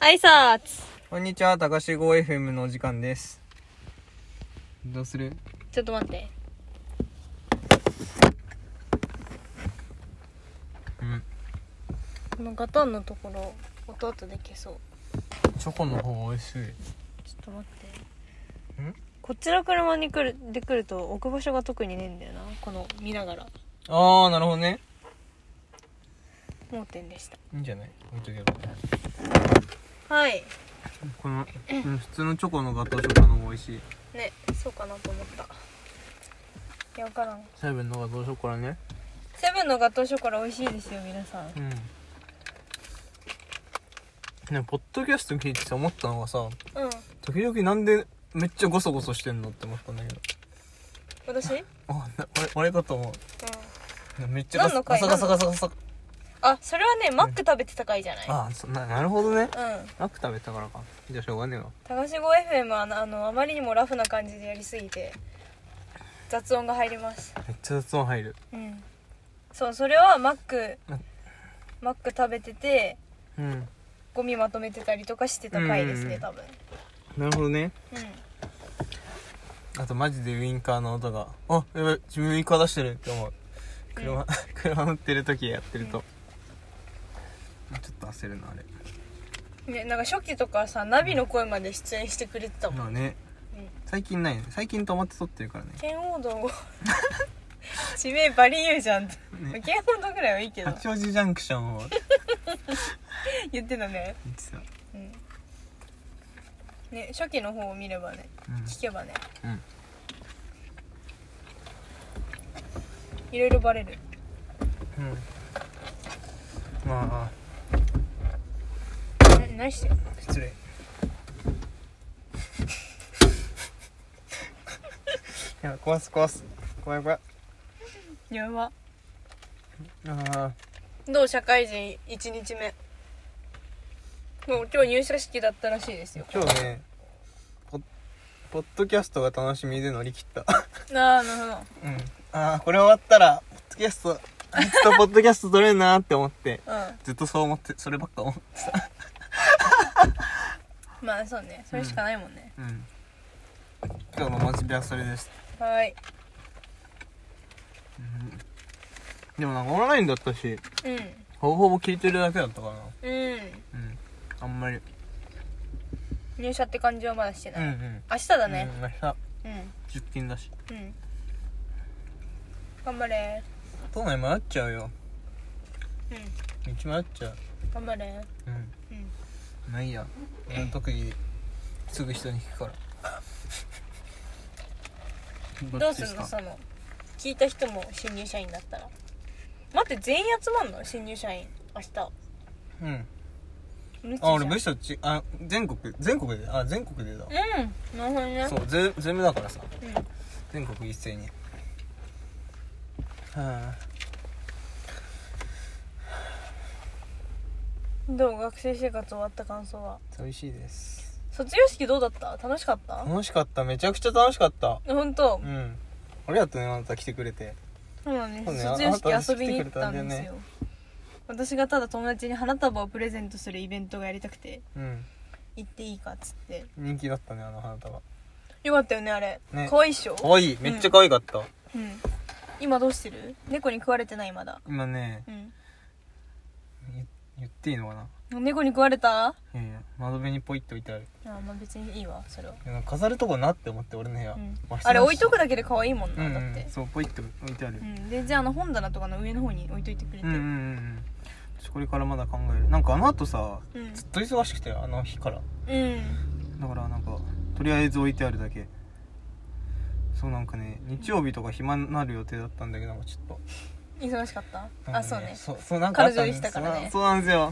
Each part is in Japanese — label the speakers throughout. Speaker 1: 挨拶
Speaker 2: こんにちは、高志 5FM のお時間です。どうする
Speaker 1: ちょっと待って
Speaker 2: うん。
Speaker 1: このガタンのところ音後で消そう
Speaker 2: チョコの方が美味しい。
Speaker 1: ちょっと待って
Speaker 2: ん
Speaker 1: こっちの車に来るで来ると置く場所が特にねえんだよなこの見ながら
Speaker 2: あー、なるほどね。
Speaker 1: 盲点でした
Speaker 2: いいんじゃない置いとけば。
Speaker 1: はい
Speaker 2: この、うん普通のチョコのガトーショコの方が美味しい。
Speaker 1: ねそうかなと思ったいやわからん
Speaker 2: セブンのガトーショコラね。
Speaker 1: セブンのガトーショコラ美味しいですよ皆さん
Speaker 2: うん。ね、ポッドキャスト聞いてて思ったのがさ、
Speaker 1: うん
Speaker 2: 時々なんでめっちゃゴソゴソしてんのって思ったんだけど。
Speaker 1: 私うん
Speaker 2: あ、な俺、俺だと思う。めっちゃガ
Speaker 1: 何の
Speaker 2: サ
Speaker 1: 回
Speaker 2: ガサガサガサガサ。
Speaker 1: あそれはねマック食べてた回じゃない
Speaker 2: あーそな、なるほどね。
Speaker 1: うん
Speaker 2: なく食べたからか。じゃあしょうがねえわ。
Speaker 1: 高志 5FM はあのあのあまりにもラフな感じでやりすぎて雑音が入ります
Speaker 2: めっちゃ雑音入る。
Speaker 1: うんそうそれはマック
Speaker 2: うん
Speaker 1: マック食べてて
Speaker 2: うん。
Speaker 1: ゴミまとめてたりとかしてた回ですね
Speaker 2: うん
Speaker 1: 多分
Speaker 2: なるほどね。
Speaker 1: うん
Speaker 2: あとマジでウインカーの音が、あ、やばい、自分ウインカー出してるって思う。車、車乗ってる時やってると。ちょっと焦るな、あれ。
Speaker 1: ね、なんか初期とかさナビの声まで出演してくれてたもん、
Speaker 2: まあね、
Speaker 1: うん
Speaker 2: 最近ないね。最近止まって撮ってるからね。
Speaker 1: 圏央道を地名バリ言うじゃんって
Speaker 2: ね
Speaker 1: 圏央道ぐらいはいいけど
Speaker 2: 八王子ジャンクションを言って
Speaker 1: 言ってたね
Speaker 2: た。
Speaker 1: うんね初期の方を見ればね聞けばね
Speaker 2: うん。うん。
Speaker 1: いろいろバレる
Speaker 2: うん。まあ、
Speaker 1: な何してる
Speaker 2: 失礼。 やばい壊す壊す。怖い怖い。
Speaker 1: やば
Speaker 2: あ
Speaker 1: どう社会人1日目もう今日入社式だったらしいですよ
Speaker 2: あ、今日ね、ポッポッドキャストが楽しみで乗り切った。
Speaker 1: ああなるほど
Speaker 2: うん、ああこれ終わったらポッドキャストあいつとポッドキャスト撮れるなーって思って
Speaker 1: う
Speaker 2: ずっとそう思ってそればっか思ってた
Speaker 1: んまあそうねそれしかないもんね、
Speaker 2: うん今日のモチベはそれです、
Speaker 1: はーい
Speaker 2: でもなんかオンラインだったし
Speaker 1: う
Speaker 2: ほぼほぼ聞いてるだけだったかな
Speaker 1: んうん
Speaker 2: うんあんまり
Speaker 1: 入社って感じはまだして
Speaker 2: う
Speaker 1: なんい、
Speaker 2: うん
Speaker 1: 明日だね
Speaker 2: うん、明日
Speaker 1: うん
Speaker 2: 出勤だし
Speaker 1: うん、頑張れ
Speaker 2: 都内迷っちゃうよ
Speaker 1: うん
Speaker 2: 道迷っちゃう
Speaker 1: 頑張れ
Speaker 2: うん
Speaker 1: うん
Speaker 2: まあいいや俺の特技すぐ人に聞くから
Speaker 1: どうする
Speaker 2: ど
Speaker 1: の
Speaker 2: っち
Speaker 1: その聞いた人も新入社員だったら待って全員集まんの新入社員明日
Speaker 2: うん
Speaker 1: 無知じゃん
Speaker 2: あ、俺部署ち、あ、全国、全国で、あ、全国でだ。
Speaker 1: うんなるほどね
Speaker 2: そう、ゼ、ゼムだからさ、
Speaker 1: うん
Speaker 2: 全国一斉に。は
Speaker 1: どう学生生活終わった感想は
Speaker 2: あ、寂しいです。
Speaker 1: 卒業式どうだった楽しかった
Speaker 2: 楽しかった、めちゃくちゃ楽しかった。
Speaker 1: 本当
Speaker 2: うん。ありがとうね、あなた来てくれて。
Speaker 1: そうなんで
Speaker 2: そうね
Speaker 1: す卒業式遊びに行った
Speaker 2: あ
Speaker 1: ん
Speaker 2: な
Speaker 1: です
Speaker 2: た来てくれたんだ
Speaker 1: よ私がただ友達に花束をプレゼントするイベントがやりたくて
Speaker 2: うん。
Speaker 1: 行っていいかっつって
Speaker 2: 人気だったね、あの花束。
Speaker 1: よかったよねあれ
Speaker 2: ね
Speaker 1: 可愛いっしょ
Speaker 2: 可愛いめっちゃ可愛かった。
Speaker 1: うん今どうしてる猫に食われてないまだ
Speaker 2: 今ね、
Speaker 1: うん
Speaker 2: 言言っていいのかな
Speaker 1: 猫に食われたあ
Speaker 2: いやいや、窓辺にポイって置いてある。
Speaker 1: まあ別にいいわそれは、
Speaker 2: いやなんか飾るとこなって思って、俺の部屋。
Speaker 1: うん
Speaker 2: 和室だし
Speaker 1: あれ置いとくだけで可愛いもん
Speaker 2: う
Speaker 1: な、
Speaker 2: ん、
Speaker 1: だ
Speaker 2: う
Speaker 1: って
Speaker 2: ん、そう、ポイって置いてある
Speaker 1: う。んでじゃああの本棚とかの上の方に置いといてくれて
Speaker 2: うんうんうんうん私これからまだ考えるなんかあの後さ
Speaker 1: うん
Speaker 2: ずっと忙しくてあの日から
Speaker 1: うん
Speaker 2: だからなんかとりあえず置いてあるだけそうなんかね日曜日とか暇になる予定だったんだけどなんかちょっ
Speaker 1: 忙しかった
Speaker 2: と
Speaker 1: あそうね
Speaker 2: そうそうなんかあった
Speaker 1: 彼女
Speaker 2: んで
Speaker 1: でし
Speaker 2: す
Speaker 1: たからね
Speaker 2: そうなんで すよ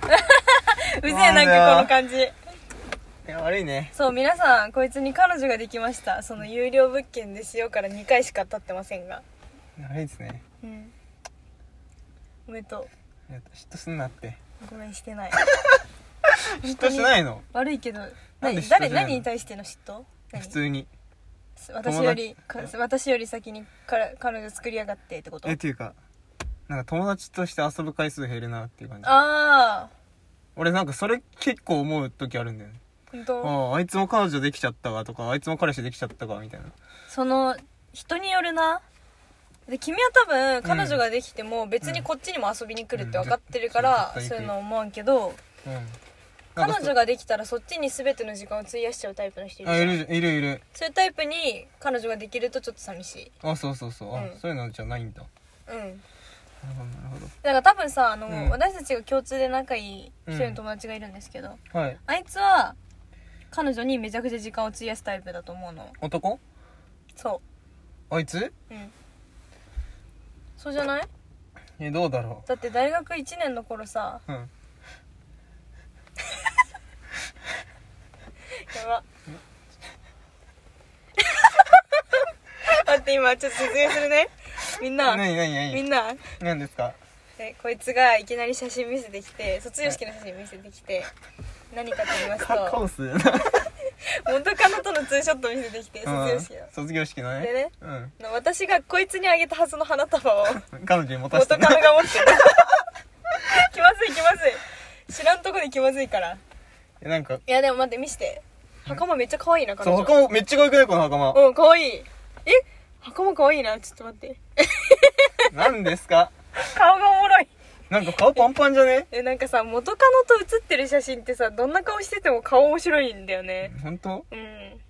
Speaker 1: うぜえなんかこの感じ
Speaker 2: いや悪いね
Speaker 1: そう皆さんこいつに彼女ができましたその有料物件ですよから2回しか経ってませんが
Speaker 2: 悪いですね
Speaker 1: うんおめでと
Speaker 2: いや嫉妬すんなって
Speaker 1: うごめん してない
Speaker 2: 嫉妬しないの
Speaker 1: 悪いけど
Speaker 2: なんで
Speaker 1: 何
Speaker 2: 嫉妬
Speaker 1: 誰
Speaker 2: じゃないの
Speaker 1: 何に対しての嫉妬何
Speaker 2: 普通に
Speaker 1: 私よりか私より先にから彼女作りやがってってこと
Speaker 2: えっていうかなんか友達として遊ぶ回数減るなっていう感じ
Speaker 1: ああ
Speaker 2: 俺なんかそれ結構思う時あるんだよね
Speaker 1: 本当
Speaker 2: あああいつも彼女できちゃったわとかあいつも彼氏できちゃったかみたいな
Speaker 1: その人によるなで君は多分彼女ができても別にこっちにも遊びに来るって分かってるから、
Speaker 2: うんうん
Speaker 1: そういうの思うけど
Speaker 2: うん
Speaker 1: 彼
Speaker 2: なんかそ
Speaker 1: 女ができたらそっちに全ての時間を費やしちゃうタイプの人いる
Speaker 2: あ
Speaker 1: じゃ
Speaker 2: い
Speaker 1: ん
Speaker 2: るじゃんいるいる
Speaker 1: そういうタイプに彼女ができるとちょっと寂しい
Speaker 2: あそうそうそう、あ
Speaker 1: うん
Speaker 2: そういうのじゃないんだ
Speaker 1: うん
Speaker 2: なるほどなるほ
Speaker 1: だから多分さあの、
Speaker 2: うん
Speaker 1: 私たちが共通で仲いい一人の友達がいるんですけど、
Speaker 2: どはい
Speaker 1: あいつは彼女にめちゃくちゃ時間を費やすタイプだと思うの
Speaker 2: 男
Speaker 1: そ
Speaker 2: あいつ
Speaker 1: ううんそうじゃない
Speaker 2: えどうだろ
Speaker 1: だって大学1年の頃さ
Speaker 2: ううん
Speaker 1: やば 待って今ちょっと説明するねみんな、
Speaker 2: 何何
Speaker 1: み
Speaker 2: 何
Speaker 1: んな
Speaker 2: 何ですか
Speaker 1: えこいつがいきなり写真見せてきて卒業式の写真見せてきて、何かと言います
Speaker 2: カカ
Speaker 1: と
Speaker 2: オスだな
Speaker 1: 元カノとのツーショット見せてきて卒業式
Speaker 2: うん卒業式のね
Speaker 1: でね
Speaker 2: うん
Speaker 1: の、私がこいつにあげたはずの花束 を
Speaker 2: 彼女に持たせ
Speaker 1: 元
Speaker 2: て
Speaker 1: カノが持ってる 気まずい気まずい知らんとこで気まずいからい
Speaker 2: えなんか
Speaker 1: やでも待って見して袴めっちゃ可愛いな彼
Speaker 2: そう
Speaker 1: 女
Speaker 2: 袴めっちゃ可愛くないこの 袴
Speaker 1: うん可愛いえ袴可愛いなちょっと待って
Speaker 2: 何ですか
Speaker 1: 顔がおもろい
Speaker 2: なんか顔パンパンじゃね
Speaker 1: えなんかさ元カノと写ってる写真ってさどんな顔してても顔面白いんだよね
Speaker 2: 本当
Speaker 1: うん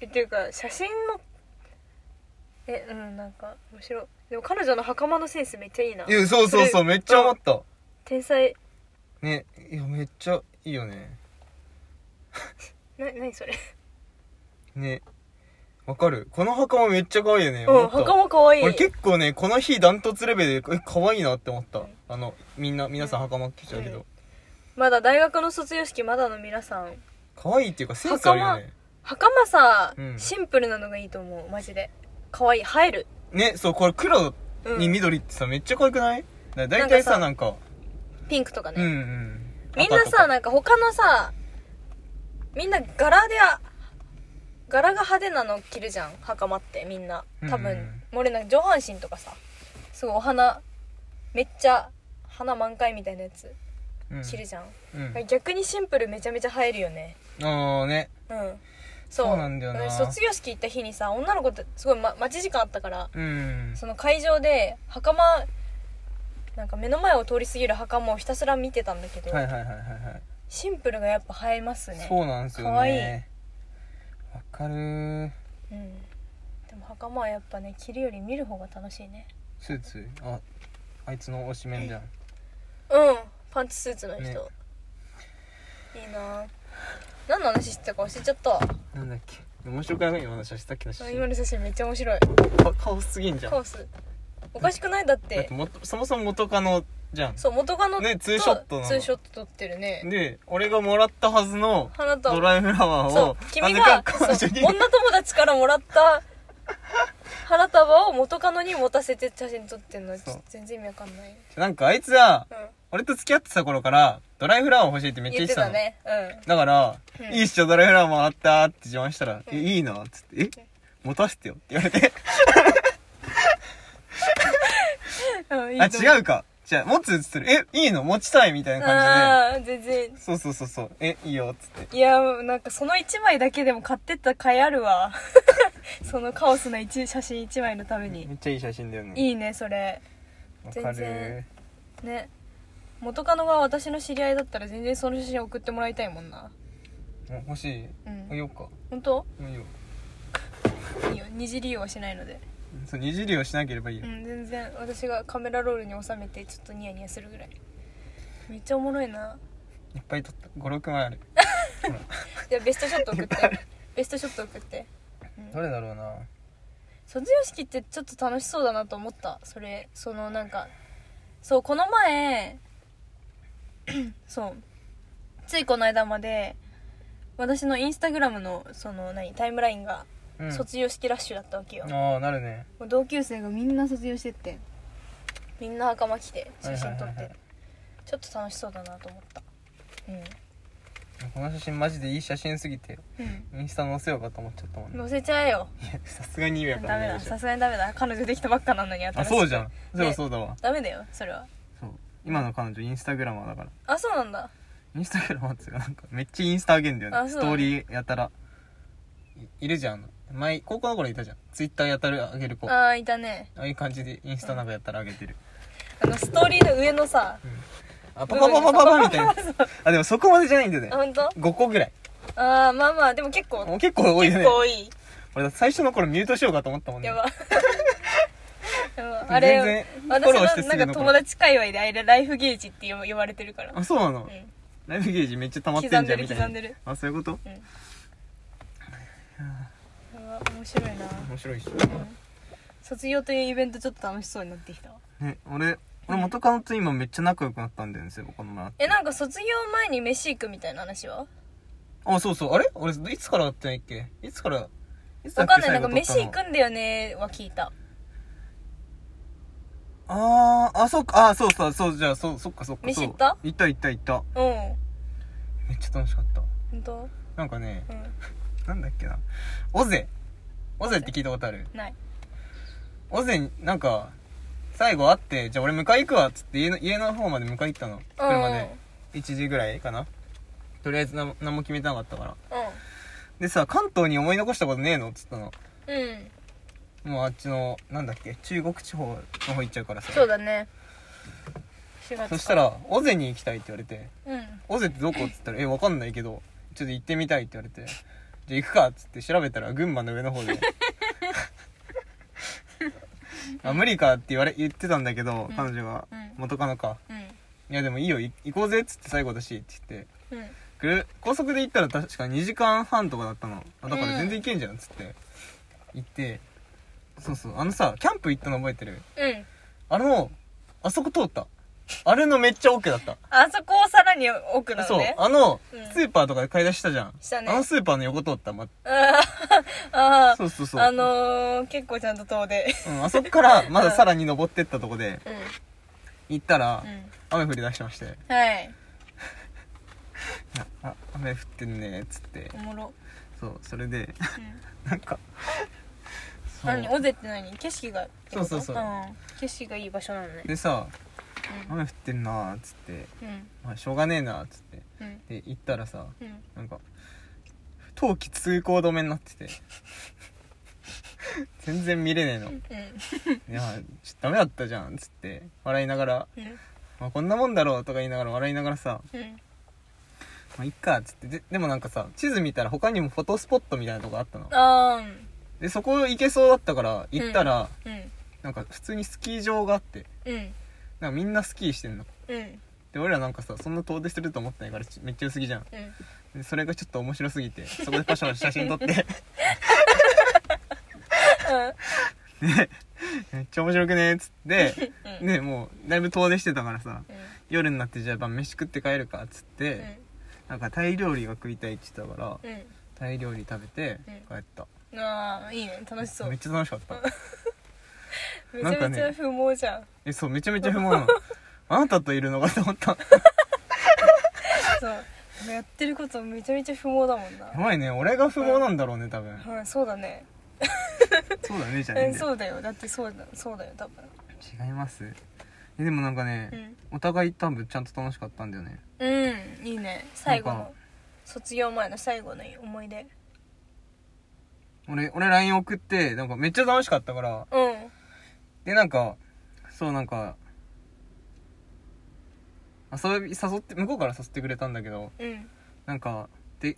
Speaker 1: えっていうか写真のえうんなんか面白いでも彼女の袴のセンスめっちゃいいない
Speaker 2: やそうそ
Speaker 1: そ
Speaker 2: うそ
Speaker 1: れ
Speaker 2: うめっちゃ思った
Speaker 1: 天才
Speaker 2: ねいやめっちゃいいよね
Speaker 1: な何それ
Speaker 2: ねわかるこの袴めっちゃ可愛いよね
Speaker 1: うん
Speaker 2: 思った
Speaker 1: 袴可愛い
Speaker 2: 俺結構ねこの日ダントツレベルでえ可愛いなって思ったあのみんな皆さん袴着ちゃうけ
Speaker 1: うん
Speaker 2: ど
Speaker 1: まだ大学の卒業式まだの皆さん
Speaker 2: 可愛いっていうかセンスあるよね
Speaker 1: 袴さ、
Speaker 2: うん
Speaker 1: シンプルなのがいいと思うマジで可愛い映える
Speaker 2: ねそうこれ黒
Speaker 1: うん
Speaker 2: に緑ってさめっちゃ可愛くないだだいたいさな
Speaker 1: なん
Speaker 2: か
Speaker 1: ピンクとかね、
Speaker 2: うんうん
Speaker 1: みんな
Speaker 2: 赤と
Speaker 1: さ
Speaker 2: か
Speaker 1: なんか他のさみんな柄であ柄が派手なの着るじゃん袴ってみんな多分、
Speaker 2: うんうん
Speaker 1: もう俺なんか上半身とかさすごいお花めっちゃ花満開みたいなやつ
Speaker 2: うん
Speaker 1: 着るじゃん、
Speaker 2: うん
Speaker 1: 逆にシンプルめちゃめちゃ映えるよね
Speaker 2: ああね
Speaker 1: うんそう
Speaker 2: そうなんだよな
Speaker 1: から卒業式行った日にさ女の子ってすごい、ま、待ち時間あったから
Speaker 2: うん
Speaker 1: その会場で袴なんか目の前を通り過ぎる袴をひたすら見てたんだけど、
Speaker 2: はいはいはいはいはい
Speaker 1: シンプルがやっぱ映えますね
Speaker 2: そうなんですよ
Speaker 1: 可愛い
Speaker 2: ねわかるー
Speaker 1: うんでも袴はやっぱね着るより見る方が楽しいね
Speaker 2: スーツああいつの推しメンじゃ
Speaker 1: う
Speaker 2: ん
Speaker 1: んパンツスーツの人、
Speaker 2: ね
Speaker 1: いいなぁ何の話してたか忘れちゃったわ
Speaker 2: なんだっけ面白くない今の写真さっきの写
Speaker 1: 今
Speaker 2: 真
Speaker 1: の写真めっちゃ面白い
Speaker 2: か顔すぎんじゃん
Speaker 1: カオスおかしくないだっ
Speaker 2: だって
Speaker 1: て
Speaker 2: もとそもそも元カノじゃん
Speaker 1: そう元カノと
Speaker 2: ねツーショットなの
Speaker 1: ツーショット撮ってるね
Speaker 2: で俺がもらったはずの
Speaker 1: 花と
Speaker 2: ドライフラワー
Speaker 1: そ
Speaker 2: を
Speaker 1: う君
Speaker 2: なぜ
Speaker 1: が
Speaker 2: か
Speaker 1: そう
Speaker 2: 彼
Speaker 1: 女
Speaker 2: 女に
Speaker 1: 友達からもらった花束を元カノに持たせて写真撮ってんのちょっと全然意味わかんない、
Speaker 2: なんかあいつは
Speaker 1: うん、
Speaker 2: 俺と付き合ってた頃からドライフラワー欲しいってめっち
Speaker 1: 言
Speaker 2: ゃ言っ
Speaker 1: ってて
Speaker 2: た
Speaker 1: た
Speaker 2: の
Speaker 1: ねうん
Speaker 2: だから、
Speaker 1: うん
Speaker 2: いいっしょドライフラワーもらったって自慢したら、
Speaker 1: うん
Speaker 2: えいいなっつってえ持たせてよって言われて
Speaker 1: うんいい
Speaker 2: あ
Speaker 1: と思う
Speaker 2: 違うかじゃあ持つっつってるえいいの持ちたいみたいな感
Speaker 1: ああ全然
Speaker 2: じでそうそうそうそうえいいよっつって
Speaker 1: いやなんかその1枚だけでも買ってった甲斐あるわ そのカオスな一写真1枚のために、
Speaker 2: めっちゃいい写真だよね
Speaker 1: いいねそれ
Speaker 2: わ
Speaker 1: 全
Speaker 2: かる
Speaker 1: 然ね元カノが私の知り合いだったら全然その写真送ってもらいたいもんな
Speaker 2: うん欲しい
Speaker 1: うん
Speaker 2: あいよっか
Speaker 1: 本当
Speaker 2: もういいよ
Speaker 1: いいよ二次利用はしないので
Speaker 2: そう二次利用しなければいいよ
Speaker 1: う、ん全然私がカメラロールに収めてちょっとニヤニヤするぐらいめっちゃおもろいない
Speaker 2: っぱい撮った56枚ある
Speaker 1: じゃあベストショット送ってベストショット送って
Speaker 2: どれだろうな
Speaker 1: 卒業式ってちょっと楽しそうだなと思ったそれそのなんかそうこの前 そうついこの間まで私のインスタグラムのその何タイムラインが
Speaker 2: うん
Speaker 1: 卒業式ラッシュだったわけよ、も
Speaker 2: ああなるね
Speaker 1: う同級生がみんな卒業してってみんな袴着て写真撮
Speaker 2: はい
Speaker 1: っ
Speaker 2: は
Speaker 1: て
Speaker 2: いはいは
Speaker 1: ちょっと楽しそうだなと思ったう
Speaker 2: この写真マジでいい写真すぎて
Speaker 1: ん、うん
Speaker 2: インスタ載せようかと思っちゃったもんね
Speaker 1: 載せちゃえよ
Speaker 2: いや さすがに意味わかん
Speaker 1: ダメ
Speaker 2: ない
Speaker 1: だ
Speaker 2: でしょ
Speaker 1: さすがにダメだ彼女できたばっかなのに新しく
Speaker 2: あそうじゃんそう
Speaker 1: ね
Speaker 2: そうだわ
Speaker 1: ダメだよそれは
Speaker 2: そう今の彼女インスタグラマーだから
Speaker 1: あそうなんだ
Speaker 2: インスタグラマーっていうかなんかめっちゃインスタあげんだよ
Speaker 1: あ
Speaker 2: ね
Speaker 1: そう
Speaker 2: ストーリーやたらいいるじゃん前高校の頃いたじゃんツイッターやたらあげる子
Speaker 1: あ
Speaker 2: あ
Speaker 1: あいたね
Speaker 2: あいう感じでインスタなんかやったらあげてる、
Speaker 1: あのストーリーの上のさ
Speaker 2: あパパパパパパみたいな
Speaker 1: そう
Speaker 2: あでもそこまでじゃないんだよ ね
Speaker 1: あ本当
Speaker 2: 5個ぐらい
Speaker 1: ああまあまあでも結構
Speaker 2: もう結構多い
Speaker 1: 結
Speaker 2: よね
Speaker 1: 構多い
Speaker 2: 俺だって最初の頃ミュートしようかと思ったもんね
Speaker 1: やば やばあれ
Speaker 2: 全然フォローして
Speaker 1: 私
Speaker 2: す
Speaker 1: の
Speaker 2: ぐの
Speaker 1: なんか友達界隈であれライフゲージって呼ばれてるから、
Speaker 2: あそうなの、
Speaker 1: うん
Speaker 2: ライフゲージめっちゃ溜まってんじゃん
Speaker 1: 刻んでる
Speaker 2: みたいな
Speaker 1: 刻んでる
Speaker 2: あそういうこと
Speaker 1: うん、やば面白いな、
Speaker 2: 面白いっし
Speaker 1: うん卒業というイベントちょっと楽しそうになってきたわ
Speaker 2: ょ、ね、俺俺元カノと今めっちゃ仲良くなったんだよねそういえばこの前
Speaker 1: えなんか卒業前に飯行くみたいな話は
Speaker 2: あそうそうあれ俺いつから会ってないっけいつからいつ
Speaker 1: わ
Speaker 2: だっ
Speaker 1: か
Speaker 2: け
Speaker 1: んないなんか
Speaker 2: 最後撮
Speaker 1: 飯
Speaker 2: っ
Speaker 1: 行
Speaker 2: たの
Speaker 1: くんだよねは聞いた
Speaker 2: あーあそうかあそうそうそうじゃあそうそっかそっか
Speaker 1: 飯
Speaker 2: そう
Speaker 1: 行った
Speaker 2: 行った行った行った
Speaker 1: うん本
Speaker 2: めっちゃ楽しかった
Speaker 1: 当
Speaker 2: なんかね
Speaker 1: うん
Speaker 2: なんだっけなオゼオゼって聞いたことある
Speaker 1: ない
Speaker 2: オゼになんか最後会ってじゃあ俺迎え行くわっつって家の家の方まで迎え行ったの車で1時ぐらいかなとりあえず何何も決めてなかったからでさ関東に思い残したことねえのっつったの
Speaker 1: うんうん
Speaker 2: もうあっちのなんだっけ中国地方の方行っちゃうからさ
Speaker 1: そうだね4月か
Speaker 2: そしたら「尾瀬に行きたい」って言われて
Speaker 1: うん
Speaker 2: 「尾瀬ってどこ?」っつったら「えわかんないけどちょっと行ってみたい」って言われて「じゃあ行くか」っつって調べたら群馬の上の方で あ無理かって言われ言ってたんだけど
Speaker 1: うん
Speaker 2: 彼女が
Speaker 1: うん
Speaker 2: 元カノか
Speaker 1: う
Speaker 2: 「いやでもいいよい行こうぜ」っつって最後だしって言って
Speaker 1: んうん
Speaker 2: くる高速で行ったら確か2時間半とかだったのあだから全然行けんじゃんっつって行ってそうそうあのさキャンプ行ったの覚えてる
Speaker 1: うん
Speaker 2: あのあそこ通ったあれのめっちゃ奥だった
Speaker 1: あそこをさらに奥な
Speaker 2: そ
Speaker 1: の
Speaker 2: う
Speaker 1: ね
Speaker 2: あの、
Speaker 1: うん
Speaker 2: スーパーとかで買い出ししたじゃん
Speaker 1: したね
Speaker 2: あのスーパーの横通った、ま、
Speaker 1: ああ
Speaker 2: そうそうそう
Speaker 1: あのー、結構ちゃんと遠出
Speaker 2: うん、あそ こからまださらに登ってったとこで
Speaker 1: うんう
Speaker 2: 行ったら、
Speaker 1: ん
Speaker 2: 雨降り出しまして
Speaker 1: はい
Speaker 2: 「あ雨降ってんね」っつって
Speaker 1: おもろ、
Speaker 2: そうそれで
Speaker 1: うん、
Speaker 2: なんかそう
Speaker 1: 何尾瀬って何景色がってこと、
Speaker 2: そうそうそうん
Speaker 1: 景色がいい場所なのね
Speaker 2: でさ「
Speaker 1: うん
Speaker 2: 雨降ってんな」っつって
Speaker 1: うん
Speaker 2: 「まあ、しょうがねえな」っつって
Speaker 1: うん
Speaker 2: で行ったらさ
Speaker 1: うん
Speaker 2: なんか冬季通行止めになって て全然見れねえの
Speaker 1: う
Speaker 2: いやちょっとダメだったじゃんっつって笑いながら、
Speaker 1: ん
Speaker 2: まあ、こんなもんだろうとか言いながら笑いながらさ
Speaker 1: うん
Speaker 2: まあいっかっつってででもなんかさ地図見たら他にもフォトスポットみたいなとこあったの
Speaker 1: あー
Speaker 2: でそこ行けそうだったから行ったら、
Speaker 1: うん
Speaker 2: なんか普通にスキー場があって
Speaker 1: うん
Speaker 2: なんかみんなスキーしてんの
Speaker 1: うん
Speaker 2: で俺らなんかさそんな遠出すると思ってないからちめっちゃ薄着じゃん
Speaker 1: うん
Speaker 2: でそれがちょっと面白すぎてそこでパシャパシャ写真撮ってでめっちゃ面白くねっつって
Speaker 1: うん
Speaker 2: でもうだいぶ遠出してたからさ
Speaker 1: うん
Speaker 2: 夜になってじゃあやっぱ飯食って帰るかっつって、なんかタイ料理が食いたいって言ってたから
Speaker 1: うん
Speaker 2: タイ料理食べて
Speaker 1: うん
Speaker 2: 帰った、
Speaker 1: うんああいいね楽しそう
Speaker 2: め
Speaker 1: め
Speaker 2: っちゃ楽しかった
Speaker 1: ちゃめちゃ不毛じゃん
Speaker 2: えそうめちゃめちゃ不毛 なのあなたといるのかと思った
Speaker 1: そうやってることめちゃめちゃ不毛だもんな
Speaker 2: やばいね俺が不毛なんだろうね多分
Speaker 1: うんそうだね
Speaker 2: そうだねじゃねえ
Speaker 1: うんん
Speaker 2: だ
Speaker 1: そ
Speaker 2: よ
Speaker 1: うだよだってそうだそうだよ多分
Speaker 2: 違いますえでもなんかね、
Speaker 1: うん
Speaker 2: お互い多分ちゃんと楽しかったんだよね
Speaker 1: うんいいね最後
Speaker 2: なんか
Speaker 1: の卒業前の最後の思い出
Speaker 2: 俺俺 LINE 送ってなんかめっちゃ楽しかったから
Speaker 1: うん
Speaker 2: でなんかそうなんか遊び誘って向こうから誘ってくれたんだけど
Speaker 1: うん
Speaker 2: なんかで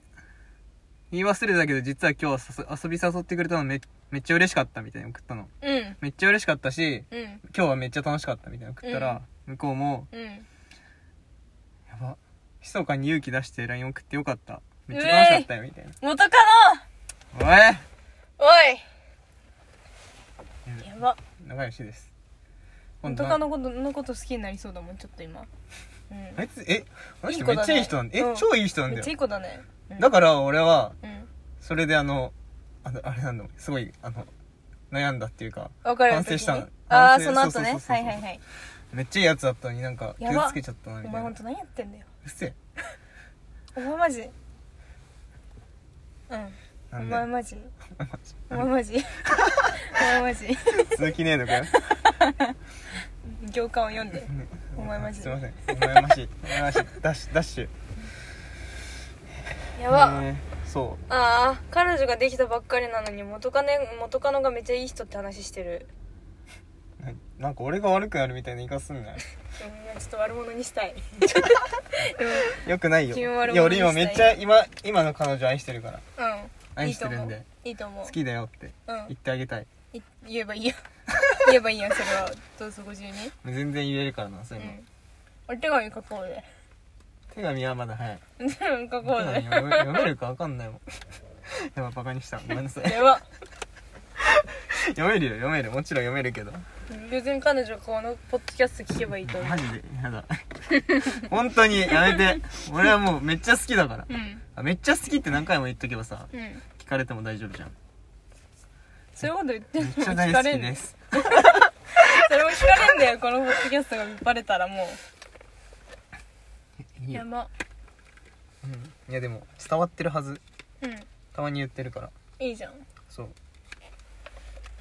Speaker 2: 言い忘れたけど実は今日は遊び遊び誘ってくれたのめめっちゃ嬉しかったみたいに送ったの
Speaker 1: うん
Speaker 2: めっちゃ嬉しかったし
Speaker 1: うん
Speaker 2: 今日はめっちゃ楽しかったみたいなの送ったら、向こうも
Speaker 1: うん
Speaker 2: 「やば密かに勇気出して LINE 送ってよかっためっちゃ楽しかったよ」みたいな
Speaker 1: 元カノ
Speaker 2: 「おい
Speaker 1: おいやば
Speaker 2: 仲良しです」
Speaker 1: 元カノことのこと好きになりそうだもんちょっと今うん
Speaker 2: あいつえあの
Speaker 1: いい
Speaker 2: 人
Speaker 1: 子
Speaker 2: め
Speaker 1: だね
Speaker 2: っちゃいい人なんだえ
Speaker 1: うん
Speaker 2: 超いい人なん
Speaker 1: めっ
Speaker 2: だ
Speaker 1: ちゃいい
Speaker 2: よ
Speaker 1: 子だねうん
Speaker 2: だから俺は
Speaker 1: うん
Speaker 2: それであのあのあれなんだすごいあの悩んだっていうか
Speaker 1: わかる
Speaker 2: 反省したの
Speaker 1: 私ねああ
Speaker 2: 反省
Speaker 1: その後ね
Speaker 2: そうそうそうそう
Speaker 1: はいはいはい
Speaker 2: めっちゃいいやつだったのになんか
Speaker 1: や
Speaker 2: 傷
Speaker 1: ば
Speaker 2: つけちゃったなみ
Speaker 1: お
Speaker 2: た
Speaker 1: 前
Speaker 2: いな
Speaker 1: ほん
Speaker 2: う
Speaker 1: と何やってんだよ
Speaker 2: っせえ
Speaker 1: お前マジうんお
Speaker 2: なんで
Speaker 1: 前マ ジお前マジお前マジ
Speaker 2: 続きねえのか よ
Speaker 1: 行間を読んでお前マジ
Speaker 2: すいませんお前マジお前マジダッシュダッシュ
Speaker 1: やば、
Speaker 2: ねそ
Speaker 1: ああ彼女ができたばっかりなのに元カ,、ね、元カノがめっちゃいい人って話してる
Speaker 2: うななんか俺が悪くなるみたいな言い方すんな よ
Speaker 1: うんちょっと悪者にしたい でも
Speaker 2: よくないよい
Speaker 1: 君を悪者に
Speaker 2: や俺今めっちゃ今今の彼女愛してるから
Speaker 1: うんい
Speaker 2: 愛
Speaker 1: い
Speaker 2: し
Speaker 1: と
Speaker 2: てる
Speaker 1: 思
Speaker 2: んで
Speaker 1: ういいと思う
Speaker 2: 好きだよって
Speaker 1: うん
Speaker 2: 言ってあげたい
Speaker 1: い言えばいいよ 言えばいいやんそれはどうぞご自由に
Speaker 2: 全然言えるからなそう
Speaker 1: う
Speaker 2: いうの、
Speaker 1: ん俺手紙書こうぜ
Speaker 2: 手紙はまだ早い
Speaker 1: 手紙書こうぜ
Speaker 2: 手紙 読め読めるかわかんない もんやばバカにしたごめんなさい
Speaker 1: やば
Speaker 2: 読めるよ読めるもちろん読めるけど
Speaker 1: 別に彼女このポッドキャスト聞けばいいと思
Speaker 2: マジでやだ 本当にやめて俺はもうめっちゃ好きだから
Speaker 1: ううん
Speaker 2: あめっちゃ好きって何回も言っとけばさ
Speaker 1: うん
Speaker 2: 聞かれても大丈夫じゃん
Speaker 1: そういうこと言ってん
Speaker 2: め
Speaker 1: の
Speaker 2: っち ゃ
Speaker 1: 聞
Speaker 2: 大
Speaker 1: か
Speaker 2: 好
Speaker 1: れ
Speaker 2: き
Speaker 1: んね
Speaker 2: です
Speaker 1: それも聞かれんだよこのポッドキャストがバレたらもう
Speaker 2: いい
Speaker 1: や
Speaker 2: よ
Speaker 1: ば
Speaker 2: うんいやでも伝わってるはず
Speaker 1: うん
Speaker 2: たまに言ってるから
Speaker 1: いいじゃん
Speaker 2: そう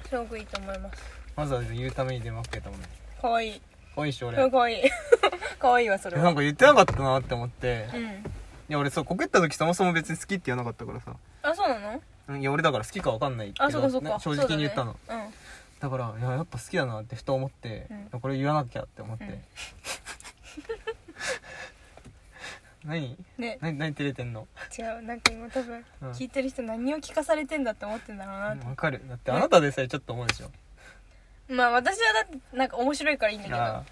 Speaker 1: すごくいいと思います
Speaker 2: わざわざ言うために電話かけたもんね
Speaker 1: かわいい
Speaker 2: 可愛いっしょ俺
Speaker 1: かわい いかわいいわそれ
Speaker 2: な
Speaker 1: は
Speaker 2: んか言ってなかったなって思って
Speaker 1: うん
Speaker 2: いや俺そう告った時そもそも別に好きって言わなかったからさ
Speaker 1: あそうなの
Speaker 2: うんいや俺だから好きかわかんないけど
Speaker 1: あそっかそっ
Speaker 2: ね
Speaker 1: か
Speaker 2: 正直に言ったの
Speaker 1: そうだね
Speaker 2: だからいややっぱ好きだなってふと思って、
Speaker 1: う
Speaker 2: これ言わなきゃって思って、
Speaker 1: うん
Speaker 2: 何
Speaker 1: うんね
Speaker 2: 何何照れてんの
Speaker 1: 違うなんか今多分
Speaker 2: うん
Speaker 1: 聞いてる人何を聞かされてんだって思ってんだろうなって
Speaker 2: わかるだってあなたでさえちょっと思うでしょ、
Speaker 1: まあ私はだってなんか面白いからいいんだけ
Speaker 2: あ
Speaker 1: ど
Speaker 2: あ、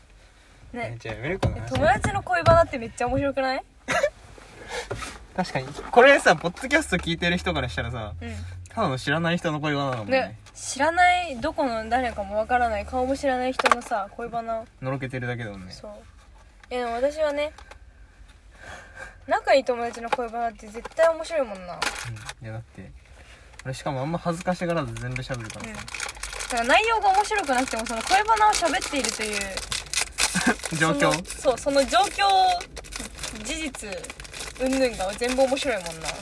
Speaker 2: ね
Speaker 1: ね
Speaker 2: じゃあやめるかな話
Speaker 1: 友達の恋バナってめっちゃ面白くない
Speaker 2: 確かにこれさポッドキャスト聞いてる人からしたらさ
Speaker 1: う
Speaker 2: ただの知らない人の声はなのも
Speaker 1: ん
Speaker 2: んね
Speaker 1: ね知らないどこの誰かもわからない顔も知らない人のさ恋バナ
Speaker 2: のろけてるだけだもんね
Speaker 1: そうえでも私はね仲いい友達の恋バナって絶対面白いもんな
Speaker 2: うんいやだって俺しかもあんま恥ずかしがらず全部喋るか
Speaker 1: うんだ
Speaker 2: らさ、
Speaker 1: から内容が面白くなくてもその恋バナを喋っているという
Speaker 2: 状況
Speaker 1: そのそうその状況事実うんぬんが全部面白いもんない
Speaker 2: や